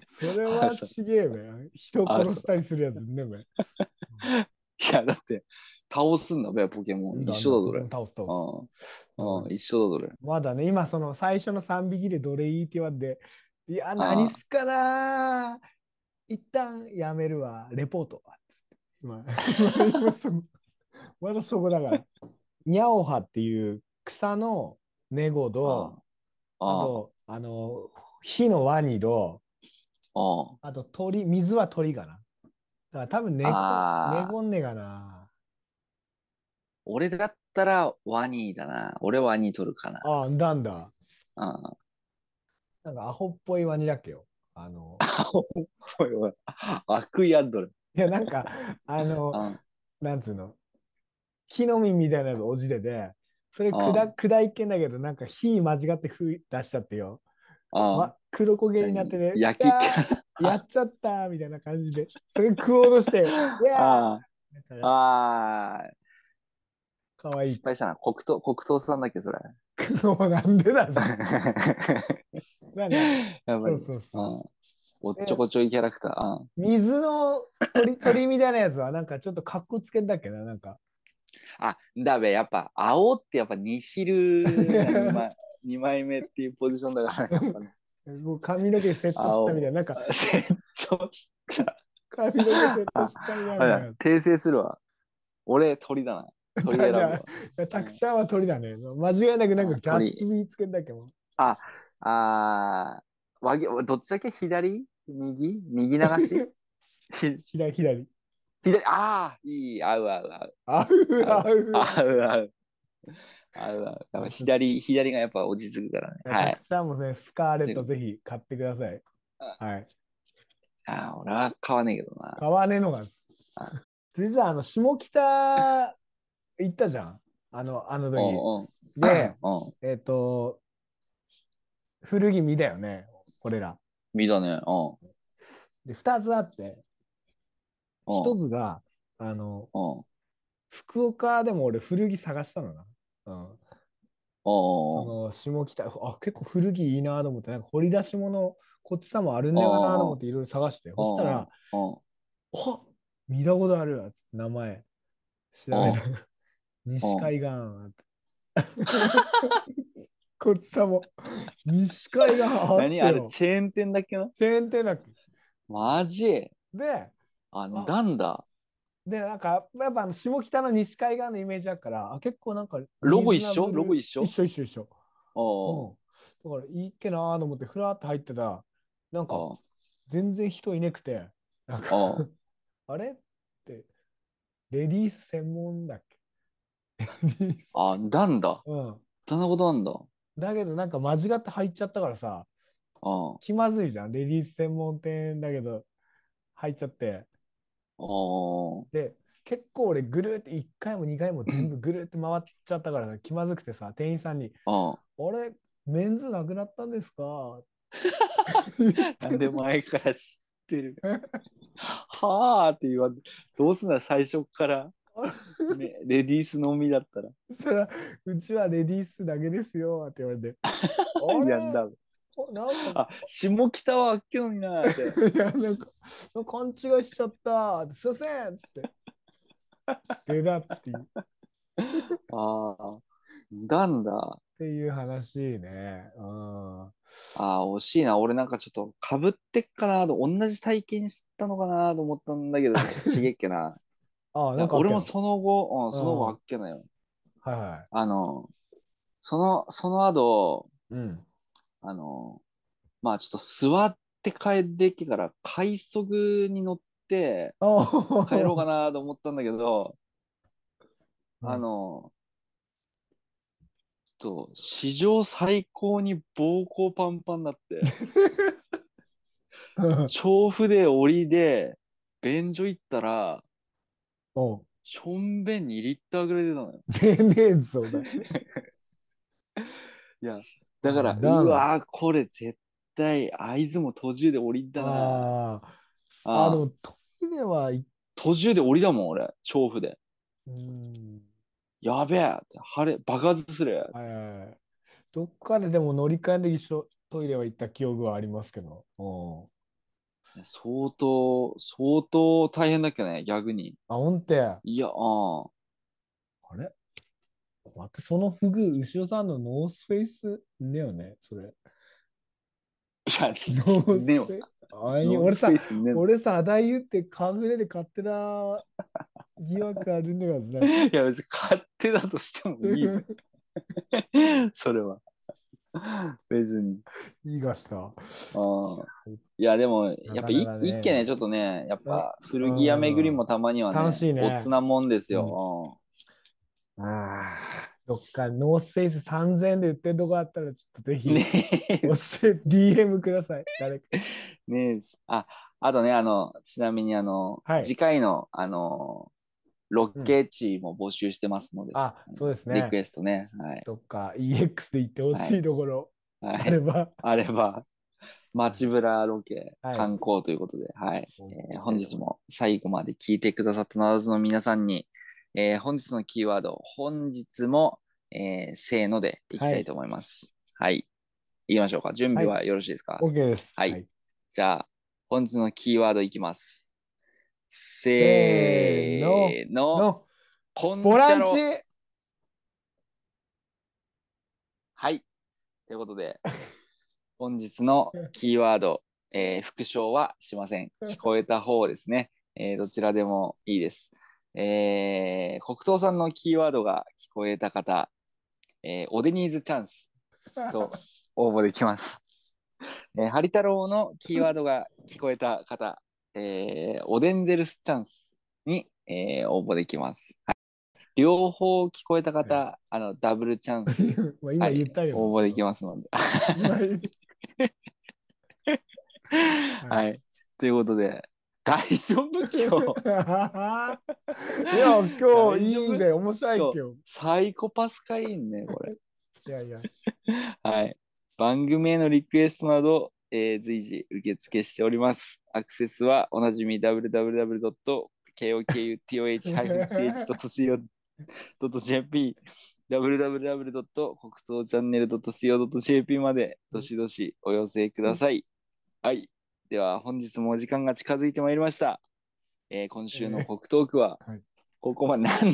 Speaker 1: それは
Speaker 2: あそう
Speaker 1: ちげえべ。人
Speaker 2: あそう
Speaker 1: 殺したりするやつねべ。
Speaker 2: いや、だって、倒すんだべ、ポケモン。一緒だ、どれ。
Speaker 1: 倒す倒す。
Speaker 2: うん。うん、一緒だ、どれ。
Speaker 1: まだね、今その最初の3匹でどれいいって言われて、いや、
Speaker 2: ー
Speaker 1: 何すっかなー一旦やめるわ、レポートは。今、今そこまだそこだから。ニャオハっていう草のネゴ
Speaker 2: あ
Speaker 1: と、あ
Speaker 2: あ。あ
Speaker 1: と、あの、火のワニと、
Speaker 2: あ。
Speaker 1: あと鳥、水は鳥かな。だから多分猫、
Speaker 2: あー
Speaker 1: 猫んねがな。
Speaker 2: 俺だったらワニだな。俺ワニ取るかな。
Speaker 1: ああ、なんだ。
Speaker 2: うん。
Speaker 1: なんかアホっぽいワニだっけよ。あの、
Speaker 2: おいおい悪意あんどれ。
Speaker 1: いや、なんか、あの、
Speaker 2: あ
Speaker 1: なんつうの、木の実みたいなやつおじでで、それ
Speaker 2: あ
Speaker 1: 砕砕いけんだけど、なんか火間違って吹い出しちゃってよ。
Speaker 2: あ
Speaker 1: わ黒焦げになってね、
Speaker 2: 焼き
Speaker 1: うわーやっちゃったみたいな感じで、それ食おうとして、いやー
Speaker 2: あああ、
Speaker 1: かわいい
Speaker 2: 失。敗したな。黒糖、黒糖さんだっけ、それ。
Speaker 1: もうなんでだろうな
Speaker 2: やば
Speaker 1: そ
Speaker 2: い。
Speaker 1: うそうそう。
Speaker 2: うん。おっちょこちょいキャラクター。うん。
Speaker 1: 水の鳥鳥みたいなやつは、なんかちょっとかっこつけんだっけな、なんか。
Speaker 2: あ、だべ、やっぱ、青ってやっぱニヒル2 枚二枚目っていうポジションだから、やっぱね。
Speaker 1: もう髪の毛セットしたみたいな、なんか
Speaker 2: セットした。
Speaker 1: 髪の毛セットした みたい
Speaker 2: あれだ
Speaker 1: な。
Speaker 2: 訂正するわ。俺、鳥だな。鳥選ぶわ。
Speaker 1: タクシャーは鳥だね。間違いなくなんかギャッツビーつけんだっけも。
Speaker 2: ああ、わげ、どっちだっけ左右右流しひ
Speaker 1: 左、左。
Speaker 2: 左、ああ、いい、合う合う合う。
Speaker 1: あうあう。
Speaker 2: 合う合う。合う合う。やっぱ左、左がやっぱ落ち着くからね。は
Speaker 1: タ
Speaker 2: い
Speaker 1: ク。シャーもね、スカーレットぜひ買ってください。はい。
Speaker 2: ああ、俺は買わねえけどな。
Speaker 1: 買わねえのが
Speaker 2: あ。
Speaker 1: 実はあの、下北行ったじゃん。あの、あの
Speaker 2: うん
Speaker 1: 時。
Speaker 2: うん。
Speaker 1: で、
Speaker 2: うん。
Speaker 1: えっ、と、古着見だよね、これら。
Speaker 2: 見たね。うん。
Speaker 1: で、2つあって、
Speaker 2: うん
Speaker 1: 1つが、あの、
Speaker 2: うん。
Speaker 1: 福岡でも俺古着探したのな。うん。そ
Speaker 2: うん。
Speaker 1: の下北、あ、結構古着いいなと思って、なんか掘り出し物、こっちさもあるんねやなと思っていろいろ探して、そしたら、
Speaker 2: うん。
Speaker 1: あ見たことあるわつって名前調べたら 西海岸こっちさも西海岸あって
Speaker 2: 何あれ
Speaker 1: よ
Speaker 2: チェーン店だっけな
Speaker 1: チェーン店だっけ
Speaker 2: マジ
Speaker 1: で
Speaker 2: あ、
Speaker 1: あ
Speaker 2: なんだ
Speaker 1: でなんかやっぱあの下北の西海岸のイメージだからあ結構なんか
Speaker 2: ロゴ一
Speaker 1: リーズナブ
Speaker 2: 緒
Speaker 1: ル
Speaker 2: ロゴ一緒
Speaker 1: 一緒一緒一緒
Speaker 2: お
Speaker 1: うんだからいいっけなーと思ってふらーって入ってたらなんか
Speaker 2: お
Speaker 1: 全然人いなくてなんか
Speaker 2: おう
Speaker 1: あれってレディース専門だっけレディース
Speaker 2: あ、なんだ
Speaker 1: うん。
Speaker 2: そんなことなんだ。
Speaker 1: だけどなんか間違って入っちゃったからさ、
Speaker 2: お
Speaker 1: 気まずいじゃん。レディース専門店だけど、入っちゃって。
Speaker 2: お
Speaker 1: で、結構俺ぐるーって1回も2回も全部ぐるーって回っちゃったからさ、気まずくてさ、店員さんに、
Speaker 2: お
Speaker 1: あれ、メンズなくなったんですか
Speaker 2: なんで前から知ってる はあって言わんどうすんな最初から、 ね、レディースのみだったら。
Speaker 1: そしたら、うちはレディースだけですよって言われて。あれ
Speaker 2: やんだ。
Speaker 1: なんか
Speaker 2: あ、下北はあっけのになーって。
Speaker 1: いやなんか勘違いしちゃったすいませんっつって出だっていう
Speaker 2: ああ、なんだ。
Speaker 1: っていう話ね。うん。
Speaker 2: ああ、惜しいな。俺なんかちょっとかぶってっかなと、同じ体験したのかなと思ったんだけど、ちょっとちげっけな。
Speaker 1: ああ、なんかあったよ
Speaker 2: 俺もその後、うん、その
Speaker 1: う
Speaker 2: 後
Speaker 1: ん
Speaker 2: あっけなよ。
Speaker 1: はいは
Speaker 2: あの、その、その後、
Speaker 1: い。うん。
Speaker 2: あの、まあちょっと座って帰ってきてから、快速に乗って
Speaker 1: ああ
Speaker 2: 帰ろうかなと思ったんだ けど、あ、の、ちょっと史上最高に膀胱パンパンになって。
Speaker 1: うん
Speaker 2: 調布で檻で便所行ったら
Speaker 1: おう
Speaker 2: しょんべん2リッターぐらい出たのよ
Speaker 1: 出ねえぞ。だ
Speaker 2: だから
Speaker 1: あ
Speaker 2: う
Speaker 1: だな
Speaker 2: わーこれ絶対会津も途中で降りだな
Speaker 1: ああ。
Speaker 2: あ
Speaker 1: あ
Speaker 2: あ
Speaker 1: あ、でもトイレはいっ、
Speaker 2: 途中で降りだもん俺調布で
Speaker 1: うん。
Speaker 2: やべえって晴れ爆発する
Speaker 1: はいはいはい。どっかででも乗り換えで一緒、トイレは行った記憶はありますけど。うん。
Speaker 2: 相当相当大変だっけね逆に
Speaker 1: あ、ほんて。あ
Speaker 2: いやあー
Speaker 1: れ待って、そのフグ、牛尾さんのノースフェイスねよね、それ。
Speaker 2: いや
Speaker 1: ノース
Speaker 2: ねよ
Speaker 1: フェイス。あいや俺さ
Speaker 2: ノー、スペースね
Speaker 1: 俺さ、あだ言ってカフレで勝手な疑惑あるんだからさ。
Speaker 2: いや別に勝手だとしても いいよそれは別に
Speaker 1: いいがした。
Speaker 2: うんいやでもやっぱい
Speaker 1: なかなかね
Speaker 2: 一軒ねちょっとねやっぱ古着屋巡りもたまにはね
Speaker 1: 楽しいね
Speaker 2: おつなもんですよ、
Speaker 1: あどっかノースフェイス3000円で売ってるとこあったら、ちょっとぜ
Speaker 2: う
Speaker 1: ひ、
Speaker 2: ん、ね
Speaker 1: 教えて、DM ください。誰か。
Speaker 2: ねああとねあのちなみにあの、
Speaker 1: はい
Speaker 2: 次回のあのロケ地も募集してますので、
Speaker 1: あ、そうです
Speaker 2: リ
Speaker 1: ね
Speaker 2: ク。エストねはい、
Speaker 1: どっか EX で行ってほしいところ
Speaker 2: は
Speaker 1: あ
Speaker 2: い、
Speaker 1: れば、
Speaker 2: あれば街ブラロケ、
Speaker 1: はい
Speaker 2: 観光ということで、はい。えー本日
Speaker 1: も。
Speaker 2: も最後まで聞いてくださったナーズの皆さんに、えー本日のキーワード、本日も、えーせーのでいきたいと思います。はい。いきましょうか。準備はよろしいですか、
Speaker 1: OK です。
Speaker 2: はいじゃあ、本日のキーワードいきます。
Speaker 1: せー
Speaker 2: せ
Speaker 1: の
Speaker 2: ーの。
Speaker 1: の、
Speaker 2: こんちゃろ
Speaker 1: ボランチ
Speaker 2: はい。ということで、 本日のキーワード、えー復唱はしません。聞こえた方ですね。えーどちらでもいいです。えー、黒糖さんのキーワードが聞こえた方、えーおデニーズチャンスと応募できます。 えー、ハリ太郎のキーワードが聞こえた方、えー、おデンゼルスチャンスに、えー応募できます。はい両方聞こえた方、
Speaker 1: は
Speaker 2: あのダブルチャンス
Speaker 1: まあ今言ったけど。
Speaker 2: 応募できま すので。
Speaker 1: は
Speaker 2: はいい。ということで、大丈夫 今日、
Speaker 1: いや、今日いいんだよ。面白い今日。
Speaker 2: サイコパスかいいね、これ。
Speaker 1: いやいや。
Speaker 2: はい。番組へのリクエストなど、えー随時受付しております。アクセスはおなじみ www.kokutoh-ch.co.jp www. 国東チャンネル .co.jp までどしどしお寄せください。はい。では本日もお時間が近づいてまいりました。えー今週の国東区は
Speaker 1: はい
Speaker 2: ここまでなんだ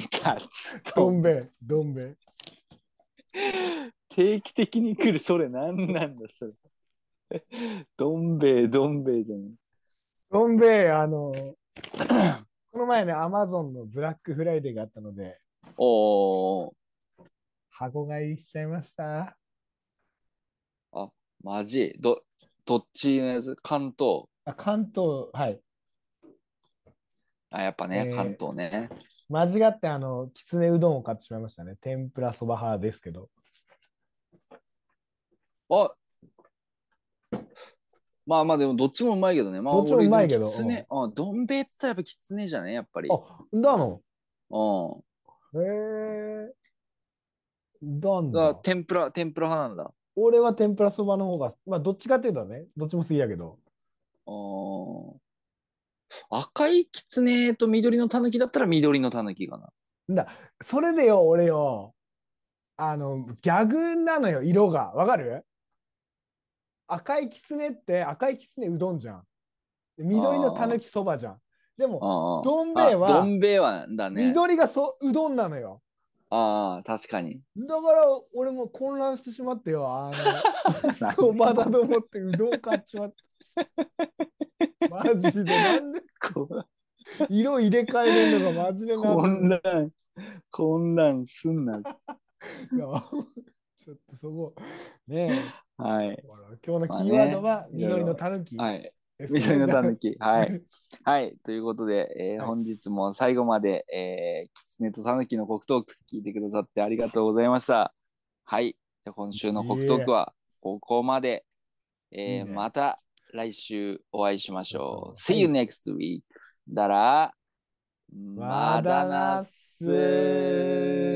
Speaker 1: どんべ、どんべ。
Speaker 2: 定期的に来るそれ何なんだそれどん兵衛どん兵衛じゃない
Speaker 1: どんべ、あの、 この前ね、アマゾンのブラックフライデーがあったので、
Speaker 2: おお
Speaker 1: 箱買いしちゃいました。
Speaker 2: マジどどっちのやつ関東
Speaker 1: あ関東、はい。
Speaker 2: あやっぱね、
Speaker 1: えー
Speaker 2: 関東ね
Speaker 1: 間違って、あの、きつねうどんを買ってしまいましたね。天ぷらそば派ですけど。
Speaker 2: あまあまあでもどっちもうまいけどねまあ
Speaker 1: どっちもうまいけど
Speaker 2: 俺でもきつねうんどん兵衛って言ったらやっぱきつねじゃねやっぱりうん
Speaker 1: あ、だのへえ。どん
Speaker 2: だから
Speaker 1: だ。
Speaker 2: 天ぷら天ぷら派なんだ
Speaker 1: 俺は天ぷらそばの方が、まあ、どっちかっていうとね、どっちも好きだけど。
Speaker 2: お赤いきつねと緑のたぬきだったら緑のたぬきかな
Speaker 1: それでよ、俺よ、あの、ギャグなのよ、色が。わかる赤いきつねって赤いきつねうどんじゃん。緑のたぬきそばじゃん。でも、
Speaker 2: あー
Speaker 1: どん兵衛
Speaker 2: あど
Speaker 1: は
Speaker 2: ん兵衛はだね。
Speaker 1: 緑がそうどんなのよ。
Speaker 2: ああ、確かに。
Speaker 1: だから、俺も混乱してしまってよ、 あの、そばだと思ってうどん買っちまった。マジで、なんで色入れ替えれんのがマジでな
Speaker 2: 混乱、混乱すん
Speaker 1: い
Speaker 2: な。
Speaker 1: や ちょっとそこ、ねえ、
Speaker 2: はい。
Speaker 1: ほら今日のキーワードは緑のたぬき。
Speaker 2: はい。
Speaker 1: ですね。
Speaker 2: 緑のたぬき。はい。はい。ということで、えー
Speaker 1: はい
Speaker 2: 本日も最後まで、えー、キツネとたぬきの黒トーク聞いてくださってありがとうございました。はい。じゃあ今週の黒トークはここまで。
Speaker 1: い
Speaker 2: え
Speaker 1: い
Speaker 2: ー
Speaker 1: ね
Speaker 2: また来週お会いしましょう。
Speaker 1: そうそう
Speaker 2: See you next week. だら、
Speaker 1: まだなっす